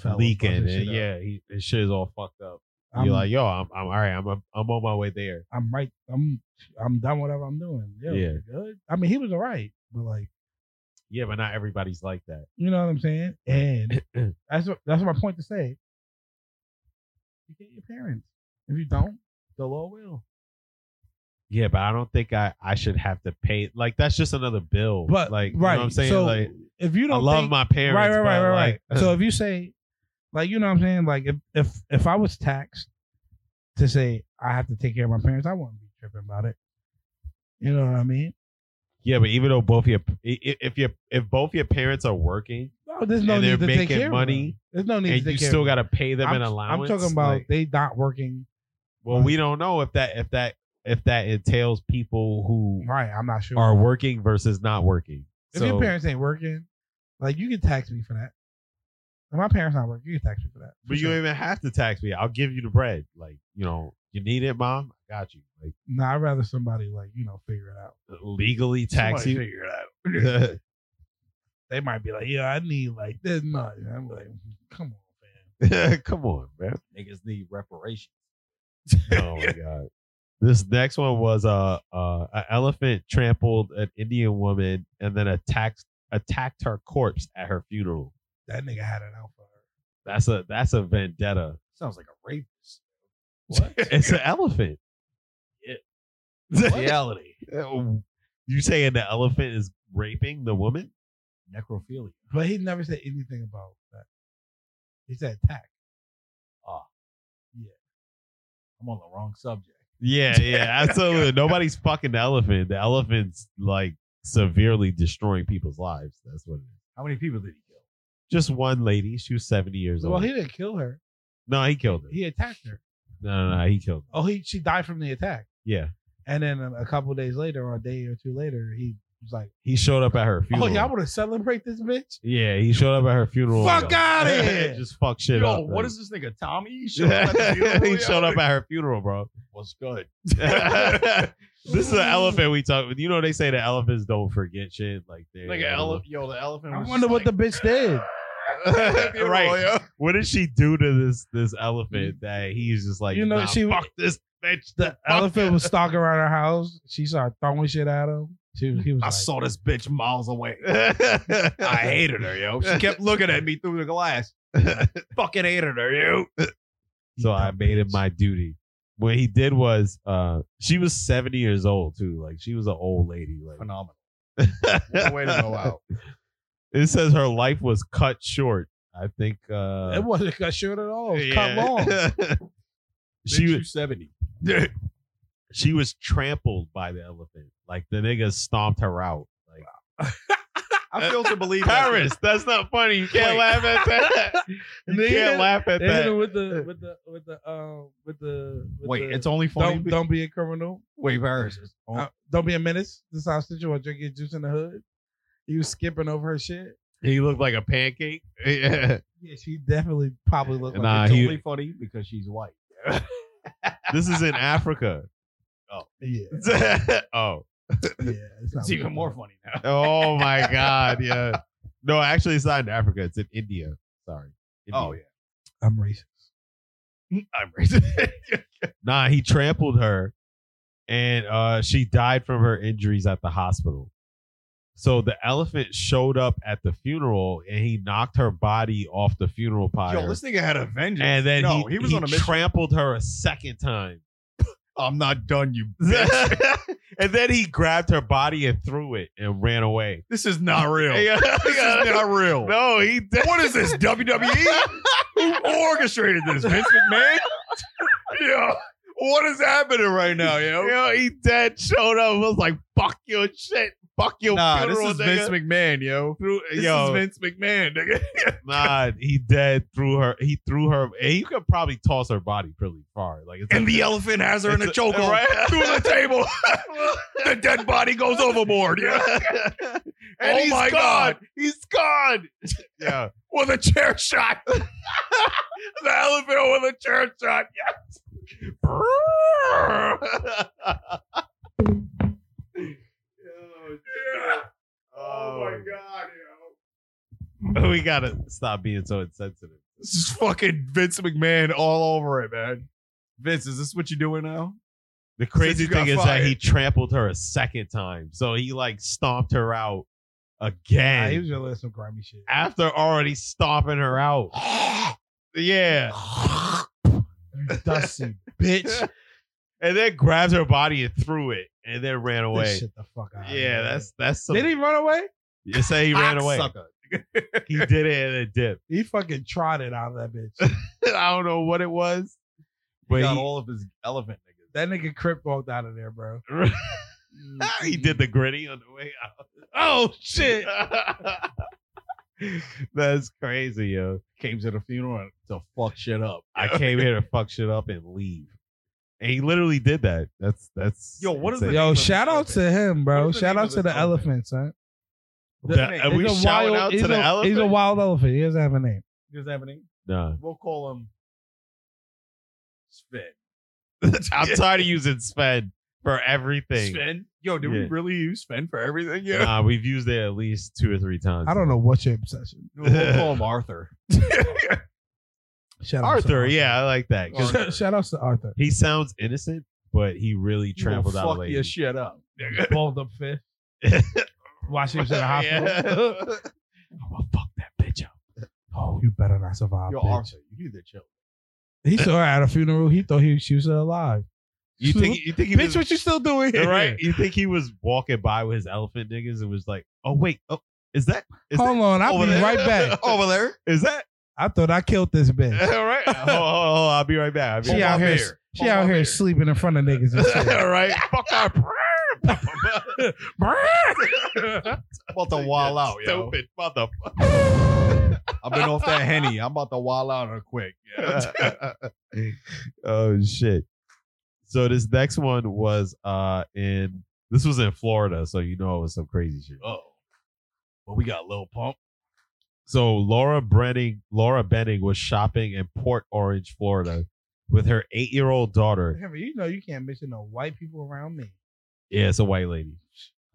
E: fell and
B: Leaking.
E: fucked his
B: And
E: shit up.
B: yeah. He, his shit is all fucked up.
E: I'm,
B: You're like, yo, I'm, I'm all right. I'm I'm on my way there.
E: I'm right. I'm I'm done whatever I'm doing. Yeah,
B: Yeah.
E: you good. I mean, he was alright, but like.
B: Yeah, but not everybody's like that.
E: You know what I'm saying? And that's what that's my point to say. You get your parents. If you don't, the law will.
B: Yeah, but I don't think I, I should have to pay. Like that's just another bill.
E: But,
B: like you know
E: right,
B: what I'm saying
E: so
B: like
E: If you
B: I
E: don't
B: love
E: think-
B: my parents.
E: right, right, right,
B: but,
E: right,
B: like, [LAUGHS]
E: right. so if you say, like, you know what I'm saying? Like, if if if I was taxed to say I have to take care of my parents, I wouldn't be tripping about it. You know what I mean?
B: yeah, but even though both your i- i- if your if both your parents are working
E: No, there's no
B: And they're
E: need to take
B: making
E: care of
B: money,
E: them. There's no need
B: and
E: to
B: you
E: take care.
B: still
E: of
B: got
E: them.
B: to pay them an
E: I'm-
B: allowance,
E: I'm talking about
B: like,
E: they not working.
B: well, we don't know if that if that if that entails people who
E: Right, I'm not sure.
B: are working versus not working.
E: If
B: so,
E: your parents ain't working, like you can tax me for that. If my parents not working, you can tax me for that.
B: but you don't even have to tax me. I'll give you the bread. Like you know, you need it, mom. I got you. Like
E: No, I'd rather somebody like you know figure it out.
B: legally tax
E: Somebody
B: you.
E: Figure it out. they might be like, yeah, I need like this much. And I'm like, come on, man.
B: [LAUGHS] Come on, man.
D: Niggas need reparations.
B: oh
E: [LAUGHS]
B: my god. This next one was uh, uh, an elephant trampled an Indian woman and then attacked attacked her corpse at her funeral.
E: That nigga had it out for her.
B: That's a that's a vendetta.
D: Sounds like a rapist.
B: It's an elephant. [LAUGHS]
D: Reality.
B: Oh, You saying the elephant is raping the woman?
D: Necrophilia.
E: But he never said anything about that. He said tax.
D: I'm on the wrong subject.
B: Yeah, yeah, absolutely. [LAUGHS] Nobody's fucking the elephant. The elephant's like severely destroying people's lives. That's what it is.
D: How many people did he
B: [LAUGHS]
D: kill?
B: Just one lady. She was seventy years
E: Well,
B: old.
E: he didn't kill her.
B: no, he killed her.
E: He attacked her.
B: no, no, no, he killed her.
E: Oh, he she died from the attack.
B: Yeah.
E: And then a, a couple days later, or a day or two later, he was like,
B: He showed up at her
E: "Oh,
B: funeral.
E: y'all want to celebrate this bitch?"
B: yeah, he showed up at her funeral.
E: Fuck outta here.
D: [LAUGHS]
B: Just fuck shit up.
D: Yo,
B: like-
D: what is this nigga Tommy?
B: [LAUGHS]
D: He showed up. At the
B: he
D: funeral,
B: showed
D: yo.
B: up at her funeral, bro.
D: What's good?
B: [LAUGHS] this is an elephant we talk. You know they say the elephants don't forget shit. Like uh, they
D: Like an elephant. Yo, the elephant.
E: I
D: was
E: wonder what
D: just
E: the bitch did.
D: like,
B: [LAUGHS]
D: at the
B: Right.
D: funeral, yo.
B: What did she do to this this
D: Mm.
B: elephant that he's just like?
E: You know,
B: nah,
E: she-
B: fuck this bitch.
E: The elephant was stalking around her house. She started throwing shit at him. She was, he
B: [LAUGHS]
E: was
D: I
E: like,
D: saw this bitch miles away. I
B: I
D: hated her, yo. She
B: [LAUGHS]
D: kept looking at me through the glass. Fucking hated her, yo.
B: So I made it my duty. What he did was, uh, she was seventy years old too. Like she was an old lady. Like
D: Phenomenal.
B: phenomenal.
D: Way to go out.
B: [LAUGHS] It says her life was cut short. I think uh
E: it wasn't cut short at all. It was cut long.
B: yeah. [LAUGHS] she
D: Bitch, you
B: was
D: 70.
B: she was trampled by the elephant. Like the nigga stomped her out. Like
D: I fail to believe
B: [LAUGHS]
D: that.
B: Paris, that's not funny. You can't
D: Wait.
B: laugh at
D: [LAUGHS]
B: that. You
E: They hit-
B: can't laugh at
E: They hit him
B: that.
E: with the with the with the um with the with
D: Wait,
E: the,
D: it's only funny.
E: don't don't be a criminal.
D: Wait, Paris. It's
E: Uh, don't be a menace. This is how you want drinking juice in the hood. He was skipping over her shit.
B: He looked like a pancake. [LAUGHS] Yeah.
E: Yeah, she definitely probably looked like.
B: Nah,
E: a
D: it's
B: he-
D: only funny because she's white.
B: This is
D: [LAUGHS]
B: in Africa.
E: yeah,
B: oh.
E: yeah. not
D: It's even
E: what-
D: more funny now.
B: Oh my God. Yeah. No, actually it's not in Africa. It's in India. Sorry. India.
D: Oh, yeah.
E: I'm racist.
D: I'm racist.
B: Nah, he trampled her and uh, she died from her injuries at the hospital. So the elephant showed up at the funeral, and he knocked her body off the funeral pyre.
D: Yo, this nigga had a vengeance.
B: and then
D: no,
B: he, was on a
D: mission.
B: trampled her a second [LAUGHS] time.
D: [LAUGHS] I'm not done, [LAUGHS] you bitch.
B: and then he grabbed her body and threw it and ran away.
D: this is not real.
B: Yeah.
D: [LAUGHS] This is not real.
B: No, he did.
D: What is this, WWE?
B: E? [LAUGHS]
D: Who orchestrated this, Vince McMahon? yeah. What is happening right now, yo?
B: Yo, he dead showed up and was like, fuck your shit. Fuck your
D: Nah, this
B: funeral,
D: is Vince
B: nigga.
D: McMahon, yo.
B: Threw-
D: This
B: yo,
D: is Vince McMahon, nigga.
B: [LAUGHS] nah, he dead threw her. He threw her. And you could probably toss her body pretty far. Like, it's
D: And
B: like-
D: the elephant has her in a
B: It's a-
D: chokehold [LAUGHS]
B: right.
D: through the table. the dead body goes overboard, yeah.
B: [LAUGHS]
D: Oh
B: And he's
D: my
B: gone.
D: God.
B: He's gone. [LAUGHS] Yeah.
D: With a chair
B: [LAUGHS]
D: shot. the elephant with a chair shot,
B: [LAUGHS]
D: yes. Oh my god, yo.
B: We gotta stop being so insensitive.
D: This is fucking Vince McMahon all over it, man. Vince, is this what you're doing [GASPS] now?
B: The crazy
D: you got
B: thing is that
D: fired.
B: he trampled her a second time. So he like stomped her out again.
E: Nah, he was just letting some grimy shit.
B: after already stomping her out. Yeah. [LAUGHS]
E: Dusty bitch.
B: And then grabs her body and threw it and then ran
E: This
B: away.
E: shit the fuck out.
B: Yeah, that's that's some,
E: Did he run away?
B: you say he ran away.
D: Cocksucker.
B: He did [LAUGHS] it in a dip.
E: He fucking trotted out of that bitch. [LAUGHS]
B: I don't know what it was.
D: He
B: But he,
D: got
B: [LAUGHS]
D: all of his elephant niggas.
E: that nigga Crip walked out of there, bro.
B: he
D: Mm-hmm.
B: did the gritty on the way out. Oh shit. [LAUGHS] that's crazy, yo.
D: Came to the funeral to fuck shit up.
B: I came here
D: [LAUGHS]
B: to fuck shit up and leave. And he literally did that. That's that's
D: Yo, what is
B: insane.
D: the-
E: Yo, shout out to him, bro.
D: What's the
E: Shout
D: name
E: out
D: of
E: to
D: this
E: the
D: elephant?
E: elephant, son.
B: That- are
E: He's
B: we
E: a
B: shouting
E: wild-
B: out
E: he's
B: to the
E: a-
B: elephant?
E: He's a wild elephant. He doesn't have a name.
D: You know what's happening? [LAUGHS]
B: Nah.
D: We'll call him Sven.
B: I'm tired of using Sven for everything.
D: Sven? Yo, did we
B: Yeah.
D: really use Sven for everything? Yeah.
B: Nah, we've used it at least two or three times.
E: I don't know what your obsession.
D: We'll call [LAUGHS] him Arthur.
E: Shout out to
B: Arthur, yeah, I like that. 'cause
E: Arthur. [LAUGHS] Shout out to Arthur.
B: he sounds innocent, but he really
D: You will
B: trampled out
D: fuck
B: a lady.
D: your shit up.
E: Balled up fish.
B: [LAUGHS]
E: Watch him in the hospital.
B: Yeah.
E: I'm gonna fuck that bitch up. Oh, you better not survive,
D: Yo,
E: bitch.
D: Arthur, you need to chill.
E: He saw her at a funeral. He thought he, she was still alive.
B: You think you think he
E: Bitch,
B: was,
E: what you still doing here?
B: right? You think he was walking by with his elephant niggas and was like, "Oh wait, oh is that is
E: [LAUGHS] Hold
B: that
E: on, I'll
B: over
E: be
B: there?
E: right back.
B: [LAUGHS] over there? Is that
E: I thought I killed this bitch.
B: all right? Oh, I'll be right back. I'll be
E: She
B: right
E: out
B: back.
E: here.
D: beer.
E: She
D: Hold
E: out
D: my
E: here
D: beer.
E: sleeping in front of niggas
B: [LAUGHS]
E: and shit.
B: All right, fuck
D: [LAUGHS]
B: up.
D: About to wall out, [LAUGHS] yo.
B: Stupid
D: [LAUGHS]
B: mother.
D: I've been off that henny. I'm about to wall out real [LAUGHS] quick. Yeah.
B: oh shit. So this next one was uh in this was in Florida, so you know it was some crazy shit.
D: oh. But we got Lil Pump.
B: So Laura Benning Laura Benning was shopping in Port Orange, Florida with her eight year old daughter.
E: Henry, you know you can't mention no white people around me.
B: Yeah, it's a white lady.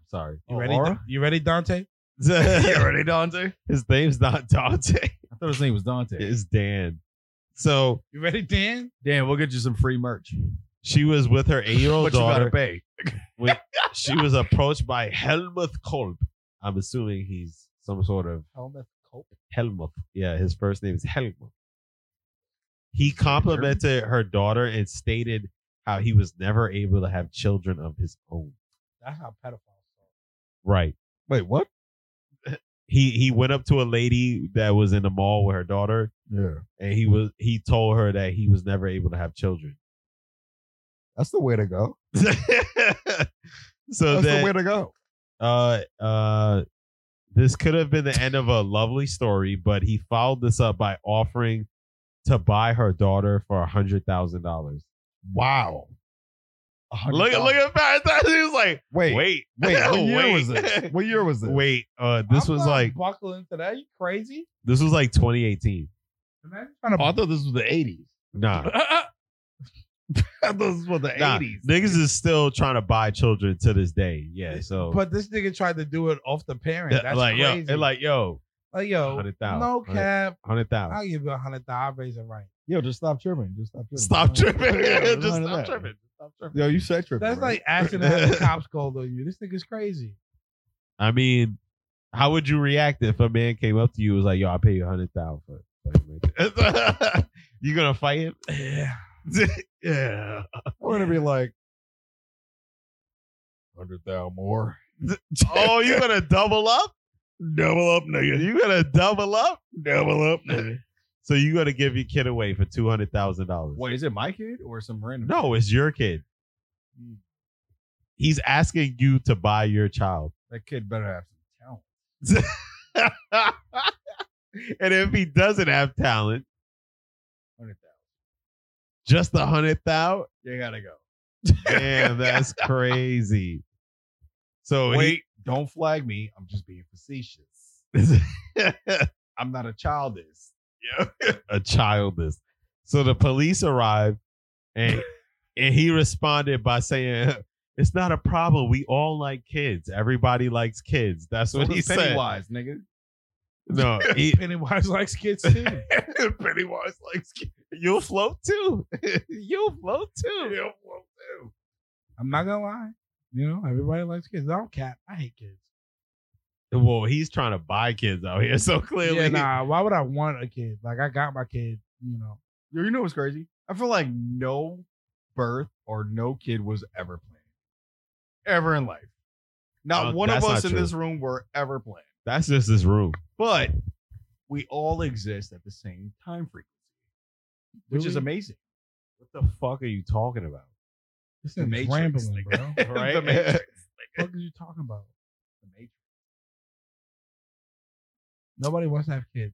B: Sorry.
E: You
D: Oh,
E: ready?
D: Laura?
E: You ready, Dante?
D: ready, Dante?
B: [LAUGHS] His name's not Dante.
D: I thought his name was Dante.
B: It's Dan. So
E: You ready, Dan?
D: Dan, we'll get you some free merch.
B: she was with her eight year old
D: But you gotta
B: daughter.
D: pay.
B: she was approached by Helmut Kolb. I'm assuming he's some sort of
E: Helmut Cope.
B: Helmut. Yeah, his first name is Helmut. He complimented her daughter and stated how he was never able to have children of his own.
E: That's how pedophiles. are.
B: Right.
D: Wait, what?
B: He he went up to a lady that was in the mall with her daughter
D: Yeah.
B: and he was he told her that he was never able to have children.
D: That's the way to go.
B: [LAUGHS] so
D: That's
B: then,
D: the way to go.
B: uh, uh, this could have been the end of a lovely story, but he followed this up by offering to buy her daughter for a hundred thousand dollars.
D: Wow.
B: Look at look at that. [LAUGHS] He was like,
D: Wait, wait,
B: wait, [LAUGHS]
D: What year was [LAUGHS] this? What year was this?
B: Wait, uh, this
E: I'm
B: was
E: not
B: like
E: buckling to that. You crazy?
B: this was like 2018.
E: Imagine
D: Oh,
E: trying
D: I thought this was the 80s.
B: Nah, [LAUGHS]
D: I thought this was the
B: nah,
D: 80s.
B: niggas is still trying to buy children to this day. Yeah, so
E: But this nigga tried to do it off the parent.
B: th-
E: That's
B: like yo,
E: crazy.
B: and like yo,
E: Like, yo,
B: 100,000.
E: no cap.
B: hundred thousand.
E: I'll give you a hundred thousand. I'll raise it right.
D: Yo, just stop tripping. Just stop tripping.
B: Stop
D: [LAUGHS]
B: tripping.
D: Yeah,
B: [LAUGHS] Just
D: none of
B: stop
D: that.
B: tripping.
E: Stop tripping.
D: Yo, you sex tripping.
E: That's
D: right?
E: like asking to [LAUGHS] have the cops called on you. This nigga's crazy.
B: I mean, how would you react if a man came up to you and was like, "Yo, I will pay you a hundred thousand for it"? [LAUGHS] you gonna fight
C: [LAUGHS]
B: him?
E: [LAUGHS]
B: Yeah. yeah.
D: We're gonna be like hundred thousand more.
B: Oh, you gonna double up?
C: Double up, nigga.
B: You gonna double up?
C: Double up, nigga.
B: [LAUGHS] So you gonna give your kid away for two hundred thousand dollars?
D: Wait, is it my kid or some random?
B: No, it's your kid.
C: Mm.
D: Hmm.
B: He's asking you to buy your child.
D: that kid better have some talent.
B: and if he doesn't have talent,
D: Hundred thousand.
B: just a hundred thousand.
D: You gotta go.
B: Damn, that's crazy. So he-
D: Wait, don't flag me. I'm just being facetious. I'm not a childish.
B: [LAUGHS] a child is. So the police arrived and and he responded by saying, [LAUGHS] It's not a problem. We all like kids. Everybody likes kids. That's what he said.
D: Pennywise, nigga.
B: [LAUGHS] No, he,
E: Pennywise likes kids too.
C: Pennywise likes kids.
B: you'll float too. you'll float too.
C: Yeah, well, too.
E: I'm not gonna lie. You know, everybody likes kids. I don't cap. I hate kids.
B: Well, he's trying to buy kids out here. So clearly,
E: Yeah, nah. Why would I want a kid? Like I got my kid. You know,
D: Yo, you know what's crazy? I feel like no birth or no kid was ever planned. Ever in life. Not
B: No,
D: one of
B: Uh, that's
D: us
B: not
D: in
B: true.
D: this room were ever planned.
B: that's just his room.
D: But we all exist at the same time frequency, which
E: Do
D: is
E: we?
D: amazing.
B: What the fuck are you talking about?
E: this
D: The
E: is
D: Matrix,
E: rambling,
D: nigga.
E: bro. What [LAUGHS]
D: [LAUGHS]
B: Right?
D: The Matrix.
E: the fuck are you talking about?
D: The Matrix.
E: Nobody wants to have kids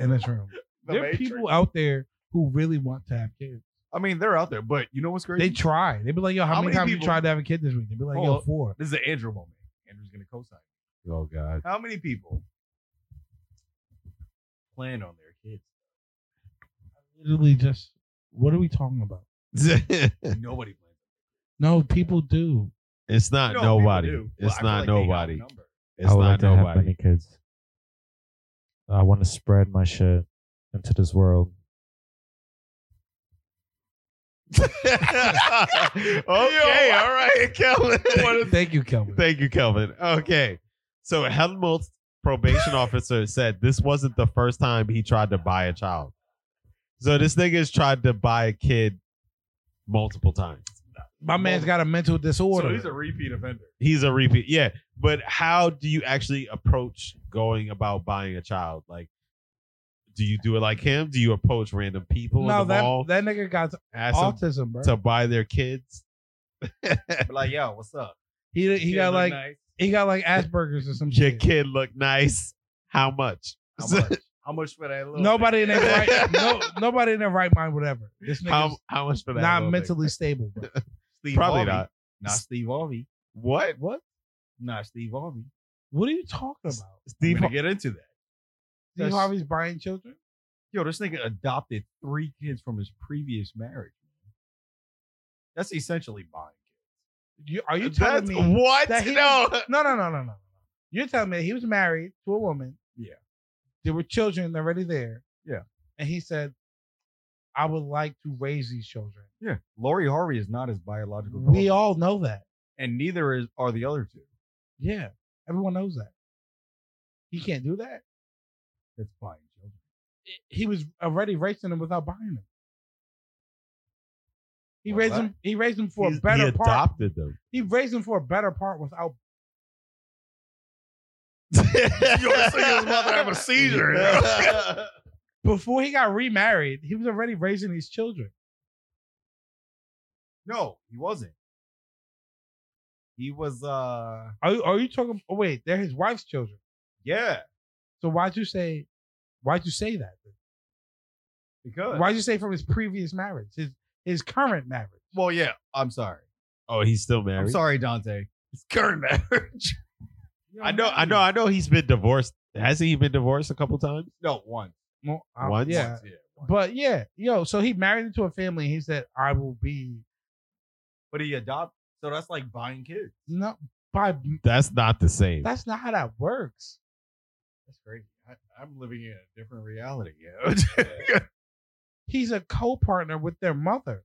E: in this room.
D: [LAUGHS] The
E: there are
D: Matrix.
E: people out there who really want to have kids.
D: I mean, they're out there, but you know what's crazy?
E: They try. They be like, yo, how,
D: How
E: many,
D: many
E: times you
D: people-
E: tried to have a kid this week? They be like, yo,
D: Oh.
E: four.
D: this is an Andrew moment. Andrew's gonna co-sign.
B: Oh God.
D: How many people plan on their kids?
E: Literally, just what are we talking about?
B: [LAUGHS]
D: Nobody plans.
E: No,
D: [LAUGHS]
E: people do.
B: it's not
D: No, people
B: nobody.
D: do. Well, I
B: It's
D: feel
B: not
D: like they got
B: nobody.
D: outnumbered.
B: It's
F: I would like
B: not
F: to have many
B: nobody.
F: kids. I want to spread my shit into this world.
D: [LAUGHS]
B: [LAUGHS] okay, all right, Kelvin.
E: Thank you, Kelvin.
B: Thank you, Kelvin. Okay. So Helmut's probation
D: [LAUGHS]
B: officer said this wasn't the first time he tried to buy a child. So this nigga's tried to buy a kid multiple times.
E: My man's got a mental disorder.
D: So he's a repeat offender.
B: He's a repeat. Yeah. But how do you actually approach going about buying a child? Like, do you do it like him? Do you approach random people
E: no,
B: in the
E: that
B: mall?
E: that nigga got
B: ask them
E: autism, bro.
B: to buy their kids?
D: But like, yo, what's up?
E: He he
D: Kid
E: got
D: look
E: like
D: nice.
E: he
D: [LAUGHS]
E: got like Asperger's or some
B: Your
E: shit.
B: kid look nice. How much?
D: how much? How much for that? Little
E: Nobody in their
D: nigga? [LAUGHS]
E: right no nobody in their right mind would ever. This
B: How,
E: nigga's
B: how much for that?
E: not
B: little nigga?
E: mentally stable, bro.
D: Steve
B: Probably
D: Harvey.
B: not.
D: Not Steve Harvey.
B: What?
E: What?
D: Not Steve Harvey.
E: What are you talking about?
B: Steve
D: I'm gonna get into that.
E: Steve
D: That's-
E: Harvey's buying children?
D: Yo, this nigga adopted three kids from his previous marriage. That's essentially buying kids.
E: You, are you telling
B: That's
E: me
B: what?
E: that he
B: no.
E: No, no, no, no, no, no. You're telling me he was married to a woman.
D: Yeah.
E: There were children already there.
D: Yeah.
E: And he said, I would like to raise these children.
D: Yeah, Lori Harvey is not his biological.
E: We
D: daughter,
E: all know that.
D: and neither is are the other two.
E: Yeah. Everyone knows that. He can't do that.
D: That's buying children.
E: He was already raising them without buying them. He
D: Well,
E: raised
D: that-
E: him. He raised him for
B: He's-
E: a better
B: he
E: part.
B: adopted
E: [LAUGHS]
B: them.
E: He raised him for a better part without.
C: Yo, this nigga's about to have a seizure.
B: [LAUGHS]
E: Before he got remarried, he was already raising these children.
D: No, he wasn't. He was. uh
E: Are you, are you talking? Oh wait, they're his wife's children.
D: Yeah,
E: So why'd you say? Why'd you say that?
D: because.
E: Why'd you say from his previous marriage, his his current marriage?
D: Well, yeah. I'm sorry.
B: oh, he's still
D: I'm
B: married.
D: sorry, Dante.
C: It's current
D: [LAUGHS]
C: marriage.
B: I know, I know, I know. He's been divorced. Hasn't he been divorced a couple times?
D: No, one.
E: Well, um,
B: Once?
E: yeah,
D: Once, yeah. once. Uh, But,
E: but yeah, yo. So he married into a family. He said, "I will be
D: he adopted. So that's like buying kids.
E: not by."
B: That's not the same.
E: [LAUGHS]
B: [LAUGHS]
E: That's not how that works.
D: That's crazy. I, I'm living in a different reality. [LAUGHS] Yeah.
E: He's a co-partner with their mother.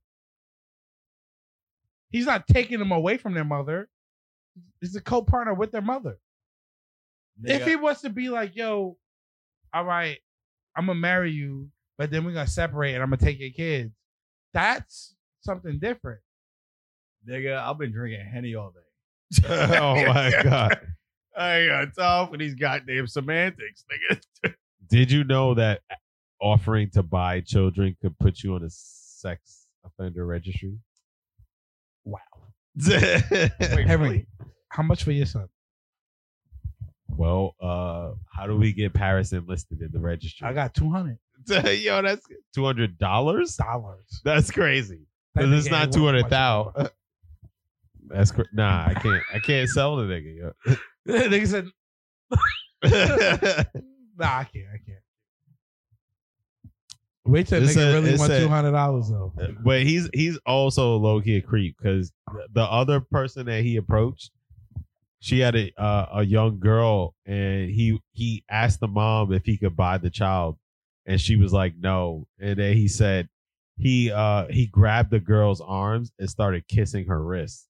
E: He's not taking them away from their mother. He's a co-partner with their mother.
D: [LAUGHS]
E: If he was to be like, yo, all right, I'm gonna marry you, but then we're gonna separate and I'm gonna take your kids. That's something different.
D: nigga, I've been drinking henny all day.
B: oh my god!
D: I got tough with these goddamn semantics, nigga.
B: Did you know that offering to buy children could put you on a sex offender registry? Wow.
E: Henry, how much for your son?
B: well, uh, how do we get Paris enlisted in the registry?
E: I got two hundred
B: [LAUGHS] yo, that's two hundred dollars.
E: dollars.
B: That's crazy. 'Cause it's not two hundred thousand. [LAUGHS] That's cr- nah. I can't. I can't sell the nigga. Yo.
E: [LAUGHS] Nigga said,
B: [LAUGHS]
E: "Nah, I can't. I can't." Wait till
B: It
E: nigga
B: said-
E: really
B: it
E: want
B: said-
E: two hundred dollars though.
B: but he's he's also low key a creep because the other person that he approached, she had a uh, a young girl, and he he asked the mom if he could buy the child, and she was like no, and then he said he uh he grabbed the girl's arms and started kissing her wrist.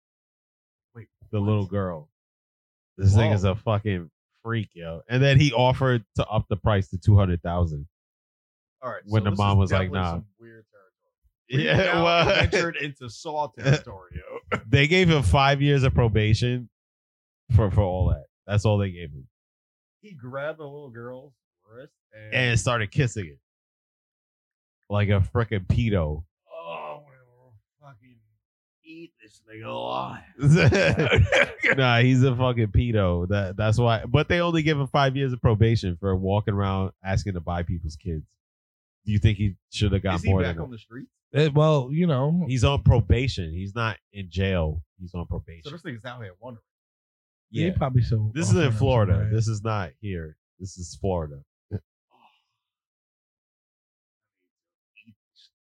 D: Wait,
B: the little girl. This thing
D: Whoa.
B: is a fucking freak, yo. And then he offered to up the price to two hundred thousand.
D: All right.
B: When the
D: this
B: mom
D: is
B: was like,
D: definitely
B: nah.
D: some Weird territory. We've now Entered [LAUGHS] into Saw territory. yo.
B: they gave him five years of probation for for all that. That's all they gave him,
D: he grabbed the little girl's wrist and,
B: and started kissing it like a
D: [LAUGHS]
B: freaking pedo.
D: oh, we'll fucking eat this nigga
B: [LAUGHS]
D: alive. [LAUGHS]
B: nah, he's a fucking pedo. That that's why. But they only give him five years of probation for walking around asking to buy people's kids. Do you think he should have got
D: Is he
B: more than
D: back
B: that?
D: on the street?
E: Eh, well, you know,
B: He's on probation. He's not in jail. He's on probation.
D: So this nigga's out here wondering.
E: yeah.
B: yeah.
E: probably so.
B: This is in Florida.
E: Right.
B: This is not here. This is Florida. [LAUGHS]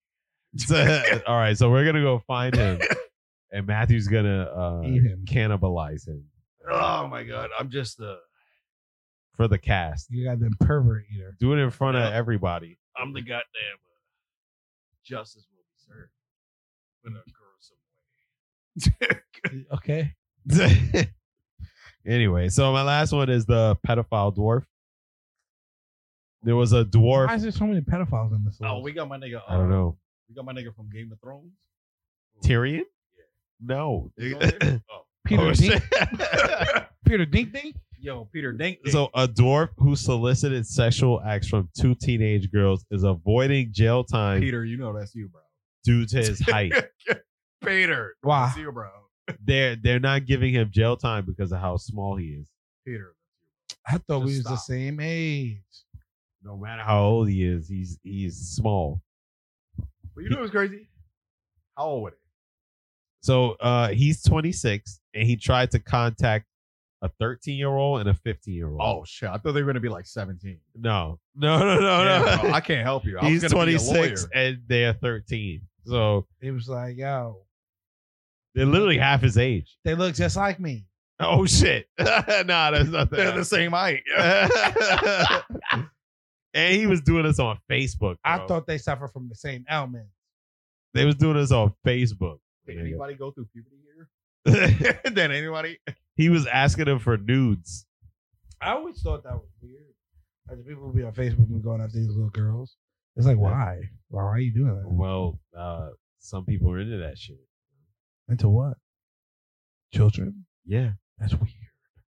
B: All right, so we're gonna go find
E: [LAUGHS]
B: him, and Matthew's gonna uh,
E: Eat him.
B: cannibalize him
D: Oh my god, I'm just the
B: for the cast.
E: You got them pervert
B: [LAUGHS]
E: eater.
B: Do it in front of
D: Yeah.
B: everybody.
E: [LAUGHS]
D: I'm the goddamn uh, justice will be served in a gruesome
E: Okay.
B: anyway, so my last one is the pedophile dwarf. There was a
E: Why
B: dwarf.
E: is there so many pedophiles in this?
D: way. Oh,
E: list?
D: we got my nigga.
B: I don't
D: uh,
B: know
D: We got my nigga from Game of
B: [LAUGHS]
D: Thrones.
B: Tyrion. No.
D: You know him? oh,
E: Peter
B: Oh, shit.
E: Dink. [LAUGHS] Peter Dink Dink.
D: yo, Peter Dink. Dink.
B: So a dwarf who solicited sexual acts from two teenage girls is avoiding jail time
D: Peter, you know that's you, bro.
B: due to his
D: [LAUGHS]
B: height.
D: Peter,
E: Wow.
D: that's you, bro.
B: they're they're not giving him jail time because of how small he is.
D: Peter,
E: I thought
D: Just
E: we was the
D: stop.
E: same age.
B: No matter how old he is, he's he's small.
D: But you know what's crazy? How old was he?
B: So uh he's 26 and he tried to contact a 13 year old and a 15 year old.
D: Oh shit! I thought they were gonna be like seventeen.
B: no. No, no, Oh, no,
D: Yeah,
B: no.
D: bro,
B: [LAUGHS]
D: I can't help you. I
B: he's
D: was gonna be a
B: 26
D: lawyer.
B: and they're 13. So
E: It was like, yo,
B: they're literally half his age.
E: they look just like me.
B: Oh shit. [LAUGHS] nah, that's not
D: They're the same height.
B: [LAUGHS] and he was doing this on Facebook.
E: I
B: bro.
E: thought they suffer from the same ailment.
B: they was doing this on Facebook. [LAUGHS]
D: Did anybody go through puberty here? Did anybody?
B: he was asking him for nudes.
E: I always thought that was weird. Like the people would be on Facebook and going after these little girls. It's like, why? Why are you doing that?
B: Well, uh, some people are into that shit.
E: Into what? Children?
B: Yeah,
E: That's weird.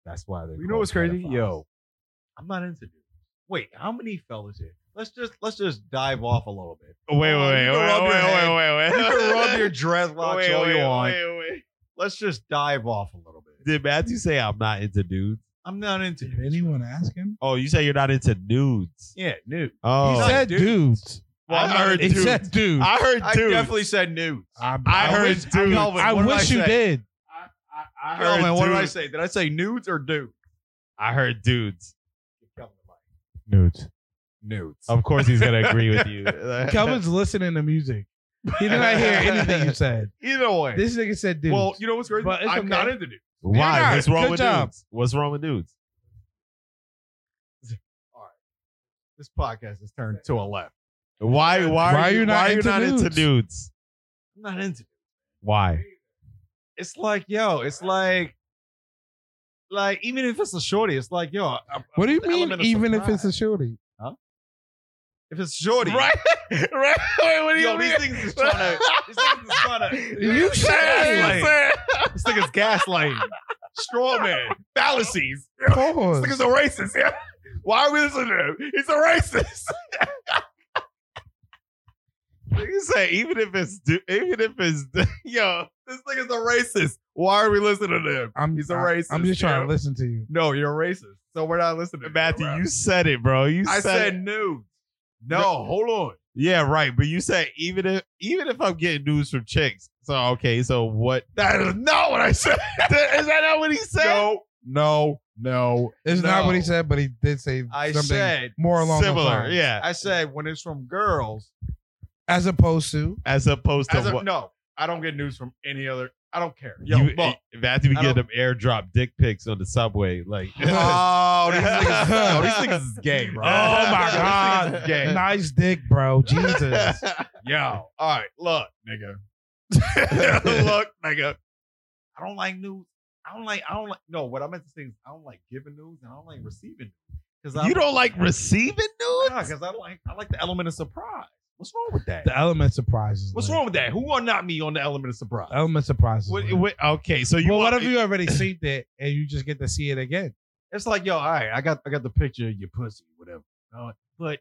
B: that's why they.
D: You know what's crazy? Yo, I'm not into dudes. Wait, how many fellas here? Let's just let's just dive off a little
B: [LAUGHS]
D: bit.
B: wait, wait, wait,
D: Oh, You can
B: wait,
D: rub
B: wait,
D: your
B: wait,
D: head.
B: wait,
D: You
B: wait.
D: can rub your dreadlocks
B: Wait,
D: all you
B: wait,
D: want.
B: wait, wait.
D: Let's just dive off a little bit.
B: [LAUGHS] Did Matthew say I'm not into dudes?
D: I'm not into
E: Did
D: dudes.
E: anyone ask him?
B: Oh, you say you're not into nudes.
D: Yeah, nude.
B: Oh,
D: He said
E: dudes.
D: Well,
B: I heard
E: He
B: dudes.
E: said dudes.
B: I heard
D: I
B: dudes.
D: definitely said nudes.
E: I,
B: I heard
E: wish-
B: dudes.
D: Kelvin,
E: I
D: what did
E: wish you
D: say?
E: did.
D: I
B: heard
D: Kelvin, what did I
B: dudes.
D: say? Did I say nudes or dudes?
B: I heard dudes.
D: Kelvin, like,
F: Nudes.
D: Nudes.
B: Of course, he's gonna agree with you.
E: Kelvin's listening to music. He did not hear anything you said.
D: Either way.
E: This nigga said dudes.
D: well, you know what's crazy?
E: But
D: I'm
E: it's
D: not
E: okay.
D: into dudes.
B: Why?
E: You're not.
B: What's wrong
E: Good
B: with
E: job.
B: dudes? What's wrong with dudes?
D: This podcast has turned to a left.
B: Why? Why,
E: Why are you not
B: why are you
E: into
B: not into
E: nudes?
B: dudes?
D: I'm not into
B: Why?
D: It's like, yo, it's like, like even if it's a shorty, it's like, yo, I'm-
E: What do you
D: the
E: mean?
D: element of
E: Even if it's a
D: surprise.
E: shorty,
D: if it's shorty,
C: Right? [LAUGHS] right? Wait, what do you
D: Yo, these
C: mean?
D: things is trying
C: [LAUGHS]
D: to, these things is trying to,
E: you
D: gaslighting.
C: Say it,
D: this thing is gaslighting, straw man, fallacies.
E: pause.
C: This nigga's a racist. Yeah. Why are we listening to him? He's a racist. [LAUGHS]
B: You say even if it's du- even if it's
C: [LAUGHS]
B: yo,
C: This nigga's a racist. Why are we listening to him?
E: I'm,
C: He's a
E: I-
C: racist.
E: I'm just trying
C: yo.
E: to listen to you.
D: No, you're racist. So we're not listening. to you,
B: Matthew,
D: bro.
B: you said it, bro. You
D: I
B: it.
D: said nudes. No, hold on.
B: yeah, right. But you said even if even if I'm getting news from chicks, so okay, so what?
C: That is not what I said.
B: [LAUGHS] Is that not what he said?
D: No, no, no.
E: It's not what he
D: No.
E: said, but he did say
D: I
E: something
D: said
E: more along
B: Similar,
E: those lines.
B: yeah.
D: I said when it's from girls,
E: As opposed to,
B: As opposed to
D: as a,
B: what?
D: no, I don't get news from any other. I don't care. Yo,
B: you,
D: look.
B: Matthew be
D: I
B: getting them airdrop dick pics on the subway, like. [LAUGHS]
D: Oh, these niggas,
B: yo,
D: yo, these niggas is gay, bro.
E: [LAUGHS] oh my
D: These niggas
E: god,
D: is gay.
E: nice dick, bro. Jesus,
D: Yo, all right, look, nigga. [LAUGHS]
C: Look, nigga.
D: I don't like news. I don't like. I don't like. No, what I meant to say is I don't like giving news and I don't like receiving news because
B: you don't like receiving news?
D: because I like I like the element of surprise. What's wrong with that?
E: the element surprises.
D: What's
E: Lynn.
D: wrong with that? Who are not me on the element of surprise?
E: Element surprises.
B: What-
E: Lynn.
B: what- okay, so you
E: well,
B: want-
E: what if you already seen that and you just get to see it again?
D: It's like, yo, all right, I got I got the picture of your pussy, whatever. Uh, but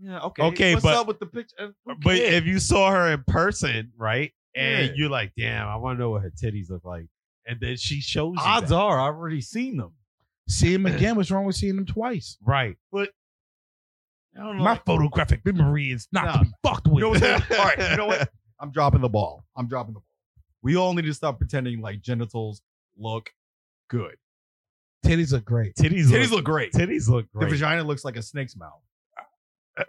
D: yeah, okay.
B: Okay,
D: what's
B: but-
D: up with the picture? Who
B: But
D: cares?
B: if you saw her in person, right, and
D: Yeah.
B: you're like, damn, I want to know what her titties look like, and then she shows you
D: odds
B: that.
D: are I've already seen them.
E: See him again. What's wrong with seeing him twice?
B: right? But
D: I don't know.
E: My photographic memory is not to be fucked with.
D: you know what's all
B: [LAUGHS]
D: right, you know what? I'm dropping the ball. I'm dropping the ball. We all need to stop pretending like genitals look good.
E: Titties look great.
B: titties,
D: Titties
B: look,
D: look great.
B: titties look
D: The
B: great.
D: vagina looks like a snake's
B: [LAUGHS]
D: mouth.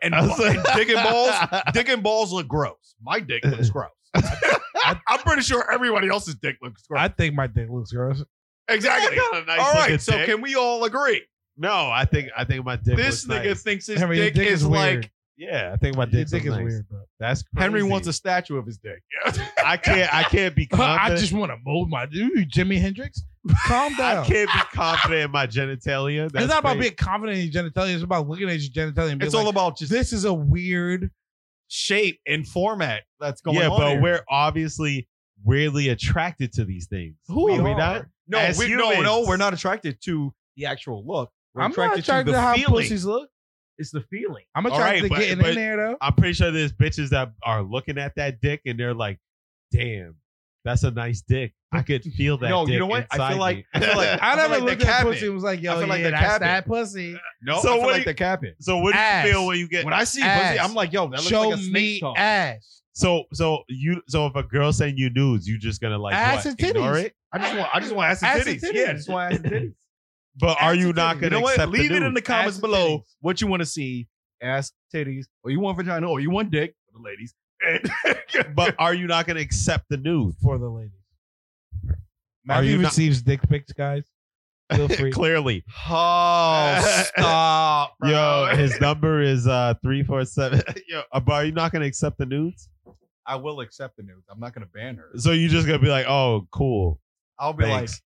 D: And,
B: I was like-
D: and dick and balls,
B: [LAUGHS]
D: dick and balls look gross. My dick looks gross.
C: I'm pretty sure everybody else's dick looks gross.
E: I think my dick looks gross.
C: exactly.
B: got a [LAUGHS] nice
C: All
B: looking
C: right, so
B: dick.
C: can we all agree?
B: no, Oh, I think I think my dick.
C: this
B: looks
C: nigga
B: nice.
C: thinks his
E: Henry, your
C: dick,
E: dick
C: is,
E: is weird.
C: like
B: Yeah, I think my
E: Your
B: dick
E: dick is
B: looks nice.
E: weird, bro.
B: That's crazy.
D: Henry wants a statue of his dick. [LAUGHS]
B: [LAUGHS] I can't. [LAUGHS] I can't be confident.
E: I just want to mold my dude, Jimi Hendrix. Calm
B: [LAUGHS]
E: down.
B: I can't be confident in my genitalia. That's
E: it's not about
B: crazy.
E: being confident in your genitalia. It's about looking at your genitalia and being
D: It's
E: like,
D: all about just
E: this is a weird.
D: shape and format that's going
B: Yeah,
D: on.
B: but
D: here.
B: we're obviously weirdly attracted to these things.
E: Who
B: are
E: you
B: we
E: are.
B: not?
D: no,
B: as
D: we, no, no,
B: humans.
D: we're not attracted to the actual look. We're
E: I'm not
D: attracted,
E: attracted
D: to
E: to
D: the
E: how
D: feeling.
E: pussies look.
D: It's the feeling.
E: I'm
B: All right,
E: attracted to
B: but-
E: getting
B: but-
E: in there though.
B: I'm pretty sure there's bitches that are looking at that dick and they're like, "Damn, that's a nice dick. I could feel
D: [LAUGHS]
B: that."
D: No, you
B: dick
D: know what? I feel
B: inside
D: like-
B: me."
D: I feel
B: [LAUGHS]
D: like-
E: [LAUGHS] I,
D: I feel
E: never
D: like the
E: looked at
D: cabinet.
E: pussy and was like,
D: I
E: yo,
D: feel like
E: yeah,
D: the
E: that's
D: cabinet.
E: that pussy.
D: No,
B: So
D: I feel
B: what
D: like
B: do
D: the capping.
B: so what do
E: Ass.
B: you feel when you get?
D: When I see
E: Ass.
D: pussy, I'm like, yo, that looks
E: Show
D: like a
E: me
D: snake tongue.
E: ass.
B: So so you so if a girl send you nudes, you just gonna like
E: Ass
B: what,
E: and
B: ignore
E: titties.
B: it.
D: I just want, I just want ass
E: Ass
D: and
E: and
D: titties.
E: titties.
D: Yeah, I just want ass and titties.
B: But are
E: Ass
B: you
E: and
B: not
E: titties.
B: gonna
D: you know what?
B: accept
D: Leave
B: the
D: it in
B: nude?
D: the comments
E: and
D: below
E: titties.
D: what you want to see: ass, titties, or you want vagina, or you want dick for the ladies.
B: [LAUGHS]
E: [LAUGHS]
B: But are you not gonna accept the nude?
E: For the ladies.
B: Are you
E: Matthew
B: not-
E: [LAUGHS] receives dick pics, guys.
B: [LAUGHS]
E: Feel free.
B: Clearly,
D: Oh, [LAUGHS] stop, bro.
B: yo, his number is uh three four seven. [LAUGHS] Yo, uh, but are you not gonna accept the nudes?
D: I will accept the news. I'm not gonna ban her.
B: So you just gonna be like, "Oh, cool."
D: I'll be
B: Thanks.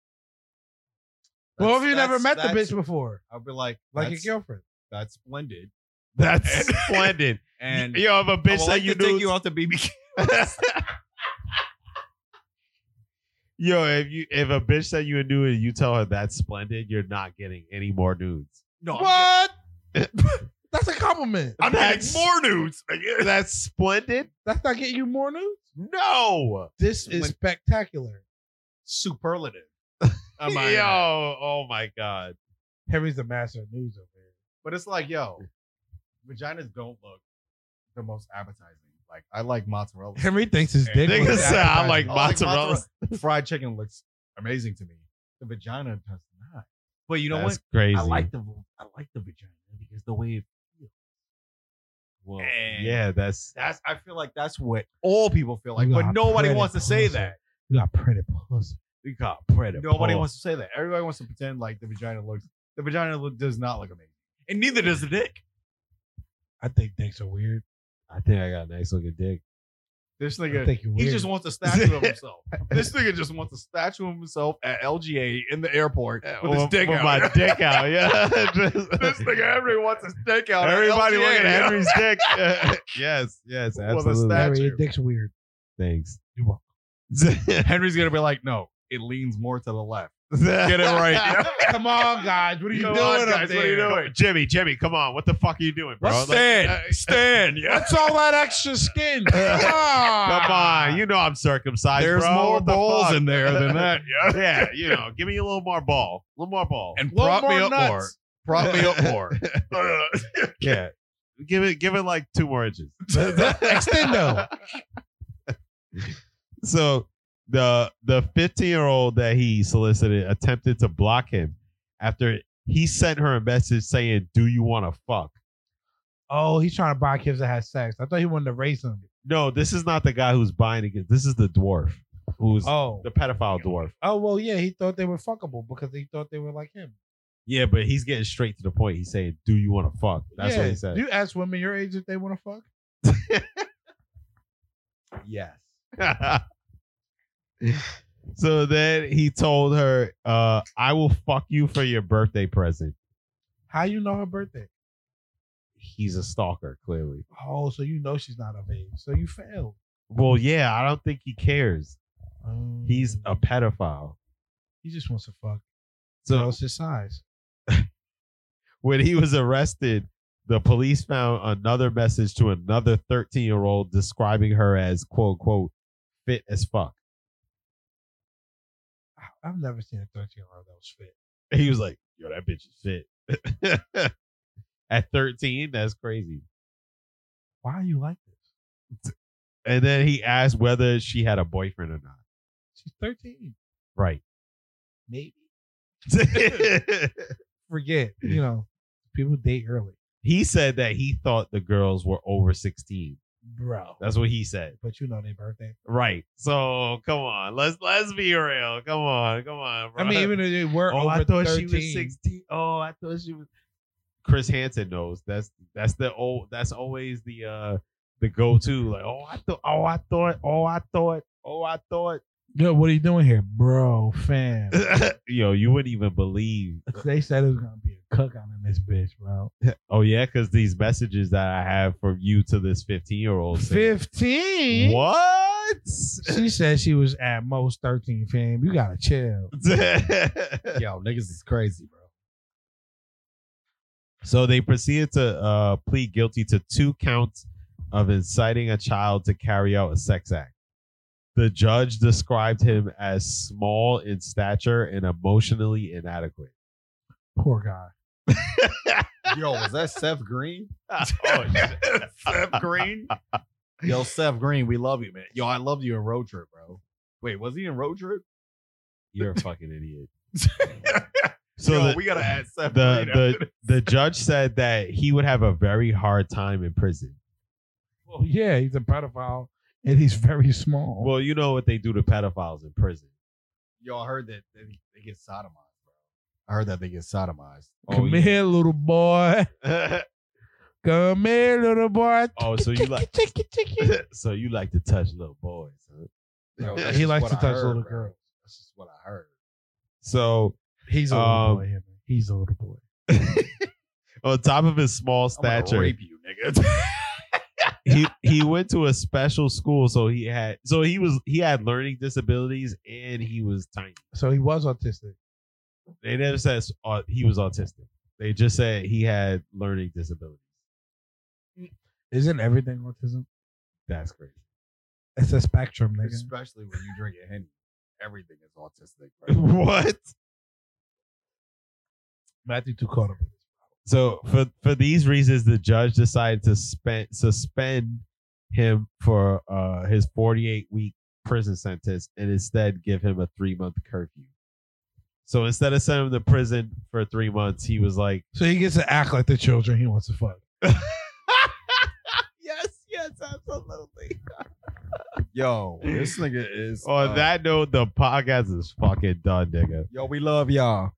D: like,
E: well, if you
D: that's-
E: never met the
D: that's-
E: bitch before,
D: I'll be like,
E: like
D: that's,
E: your girlfriend.
D: that's splendid.
B: That's splendid.
D: And
B: Yo, if a
D: I
B: bitch
D: would
B: send
D: like
B: you
D: to take
B: nudes,
D: you out to BBQ.
B: Yo, if you if a bitch sent you a nude and you tell her that's splendid, you're not getting any more nudes. [LAUGHS]
D: No, I'm
E: What? That's a compliment.
C: I'm getting
B: That's-
C: more nudes.
B: That's splendid?
E: That's not getting you more news.
B: No.
E: This is spectacular. [LAUGHS]
D: superlative.
B: Yo,
D: I-
B: oh my god.
E: Henry's the master of news over here.
D: But it's like, yo, vaginas don't look the most appetizing. Like I like mozzarella.
E: Henry thinks his
D: dick
B: Nigga
D: was
E: [LAUGHS]
B: said I like
D: I like
B: mozzarella.
D: Fried chicken looks amazing to me. The vagina does not. But you know
B: that's
D: what?
B: crazy.
D: I like the I like the vagina because the way it feels.
B: Well,
D: And-
B: yeah, that's
D: That's I feel like that's what all people feel like,
E: You
D: but
E: got
D: nobody
E: pretty
D: wants to say
E: pussy.
D: that.
E: You got pretty pussy.
D: You got
B: pretty.
D: Nobody
B: poor.
D: wants to say that. Everybody wants to pretend like the vagina looks. The vagina look, does not look amazing, and neither does the dick.
E: I think dicks are weird.
B: I think I got a nice looking dick.
D: This
E: I
D: nigga,
E: think you're
D: he
E: weird.
D: just wants a statue of himself. this nigga just wants a statue of himself at LGA in the airport with his dick out. [LAUGHS]
B: my dick
C: [LAUGHS]
B: out. Yeah.
D: this
B: Just-
D: nigga Henry wants his dick out.
B: [LAUGHS] Everybody
D: LGA,
B: looking at
D: yo.
B: Henry's dick. [LAUGHS] yes,
D: [LAUGHS]
B: yes,
D: Well, the
B: absolutely.
D: stat-
E: Larry, your
D: Statue.
E: dick's weird.
B: Thanks.
E: You're welcome.
D: Henry's gonna be like, no, it leans more to the left. Get it right.
E: Come on, guys. What are you
D: Come
E: doing
D: on,
E: up
D: guys,
E: there?
D: what are you doing?
B: Jimmy, Jimmy, come on. What the fuck are you doing, bro?
D: Let's
B: Like,
D: stand,
B: uh, [LAUGHS]
D: stand. Yeah.
E: What's all that
D: [LAUGHS]
E: extra skin? Come on.
B: Come on, you know I'm circumcised.
D: There's
B: bro.
D: more
B: What the
D: balls
B: fuck?
D: in there than that. Yeah.
B: yeah, you know, give me a little more ball, a little more ball,
D: And
E: One
D: prop me
E: more
D: up
E: nuts.
D: more. Prop me up more.
B: yeah, give it, give it like two more inches.
E: [LAUGHS] Extendo.
B: So the the 15 year old that he solicited attempted to block him after he sent her a message saying, "Do you want to fuck?"
E: Oh, he's trying to buy kids that had sex. I thought he wanted to race him.
B: No, this is not the guy who's buying against. This is the dwarf who's
E: Oh.
B: the pedophile dwarf.
E: Oh, well, yeah, he thought they were fuckable because he thought they were like him.
B: Yeah, but he's getting straight to the point. He's saying, "Do you want to fuck?" That's
E: yeah.
B: what he said.
E: Do you ask women your age if they want to fuck?
B: Yes. [LAUGHS] so then he told her, uh, I will fuck you for your birthday present.
E: How you know her birthday?
B: He's a stalker, clearly.
E: Oh, so you know she's not of age. So you failed.
B: Well, yeah, I don't think he cares.
E: Um,
B: He's a pedophile.
E: he just wants to fuck. So
B: So
E: it's his size.
B: when he was arrested, the police found another message to another 13 year old describing her as quote unquote fit as fuck.
E: I- I've never seen a 13 year old that was fit.
B: He was like, yo, that bitch is fit. [LAUGHS] At 13, that's crazy.
E: Why are you like this?
B: And then he asked whether she had a boyfriend or not.
E: She's 13.
B: Right. [LAUGHS]
E: Maybe.
B: he
E: Forget, [LAUGHS] you know, people date early.
B: said that he thought the girls were over 16.
E: Bro.
B: That's what he said.
E: But you know their birthday.
B: Right. So come on. Let's let's be real. Come on. Come on. Bro.
E: I mean, even if they were
B: oh,
E: over
B: I thought
E: 13,
B: she was 16. Oh, I thought she was Chris Hansen knows. That's that's the old that's always the uh the go to. Like, oh I thought oh I thought oh I thought oh I thought
E: Yo, what are you doing here, bro, [LAUGHS] fam?
B: [LAUGHS] Yo, you wouldn't even believe.
E: they said it was gonna be a cookout in this bitch, bro.
B: Oh yeah, because these messages that I have from you to this 15 year old.
E: Fifteen.
B: What?
E: She said she was at most thirteen, fam. You gotta
B: [LAUGHS]
E: chill.
D: Yo, niggas is crazy, bro.
B: so they proceeded to uh, plead guilty to two counts of inciting a child to carry out a sex act. The judge described him as small in stature and
D: [LAUGHS]
B: emotionally inadequate.
E: Poor guy.
G: Yo, was that Seth Green?
B: oh,
D: Seth Green.
G: Yo, Seth Green, we love you, man. Yo, I loved you in Road Trip, bro.
D: Wait, was he in Road Trip?
B: you're a fucking idiot.
D: so
B: [LAUGHS] So
D: Yo,
B: the-
D: we gotta add Seth
B: the
D: Green. after
B: the
D: this.
B: the judge said that he would have a very hard time in prison.
E: Well, yeah, he's a pedophile and he's very small.
B: Well, you know what they do to pedophiles in prison.
G: Yo, I heard that they, they get sodomized, bro. I heard that they get sodomized.
E: come here, little boy. Come here, little boy.
B: Oh, so you like
E: Ticky, ticky, ticky.
B: so you like to touch little boys, huh?
G: Yo, that's
E: he
G: just
E: likes
G: what
E: to
G: I
E: touch
G: heard,
E: little
G: bro.
E: girls.
G: That's just what I heard.
B: So
E: [LAUGHS] He's a little
B: Um,
E: boy. Henry. He's a little boy.
B: on top of his small
G: I'm gonna
B: stature,
G: rape you, nigga. [LAUGHS]
B: he he went to a special school, so he had so he was he had learning disabilities and he was tiny.
E: So he was autistic.
B: They never said uh, he was autistic. They just said he had learning disabilities.
E: Isn't everything autism?
B: That's crazy. [LAUGHS]
E: It's a spectrum, nigga.
G: Especially when you drink a Henny. Everything is autistic, bro.
B: what?
E: Matthew too caught up.
B: So for for these reasons, the judge decided to spend, suspend him for uh, his 48 week prison sentence and instead give him a three month curfew. So instead of sending him to prison for three months, he was like,
E: So he gets to act like the children he wants to fuck.
B: "Yes, yes, absolutely."
G: Yo, this nigga is
B: On
G: uh,
B: that note, the podcast is fucking done, nigga.
G: Yo, we love y'all.